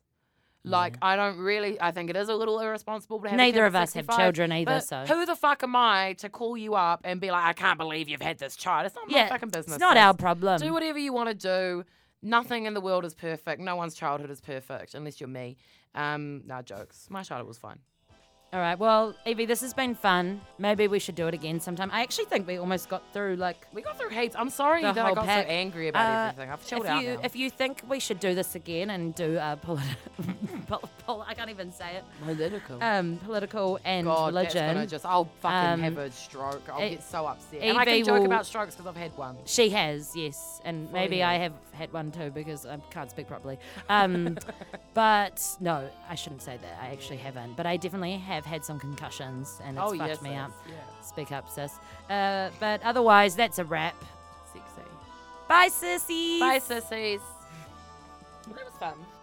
Speaker 3: Like, I don't really, I think it is a little irresponsible to have a
Speaker 2: Neither
Speaker 3: kid at
Speaker 2: of us have
Speaker 3: 65,
Speaker 2: children either,
Speaker 3: but
Speaker 2: so-
Speaker 3: Who the fuck am I to call you up and be like, I can't believe you've had this child? It's not my
Speaker 2: yeah,
Speaker 3: fucking business.
Speaker 2: it's not our
Speaker 3: sis.
Speaker 2: problem.
Speaker 3: Do whatever you want to do. Nothing in the world is perfect. No one's childhood is perfect, unless you're me. Um, nah, jokes. My childhood was fine.
Speaker 2: All right, well, Evie, this has been fun. Maybe we should do it again sometime. I actually think we almost got through, like,
Speaker 3: We got through heaps. I'm sorry
Speaker 2: the
Speaker 3: that I
Speaker 2: whole
Speaker 3: got
Speaker 2: pack.
Speaker 3: so angry about
Speaker 2: Uh,
Speaker 3: everything. I've chilled
Speaker 2: if
Speaker 3: out
Speaker 2: you,
Speaker 3: now.
Speaker 2: If you think we should do this again and do uh, politi- pol- pol- I can't even say it.
Speaker 3: Political.
Speaker 2: Um, political and
Speaker 3: Oh, God, that's
Speaker 2: religion.
Speaker 3: gonna just, I'll fucking
Speaker 2: Um,
Speaker 3: have a stroke. I'll
Speaker 2: E-
Speaker 3: get so upset. and I
Speaker 2: EV
Speaker 3: can joke
Speaker 2: will-
Speaker 3: about strokes because I've had one.
Speaker 2: She has, yes, and maybe I
Speaker 3: yeah.
Speaker 2: have had one too because I can't speak properly. Um, but no, I shouldn't say that. I actually haven't, but I definitely have had some concussions, and it's
Speaker 3: Oh,
Speaker 2: fucked
Speaker 3: yes,
Speaker 2: me
Speaker 3: sis,
Speaker 2: up.
Speaker 3: yeah.
Speaker 2: Speak up, sis. Uh, but otherwise, that's a wrap.
Speaker 3: Sexy.
Speaker 2: Bye, sissy.
Speaker 3: Bye, sissies. That was fun.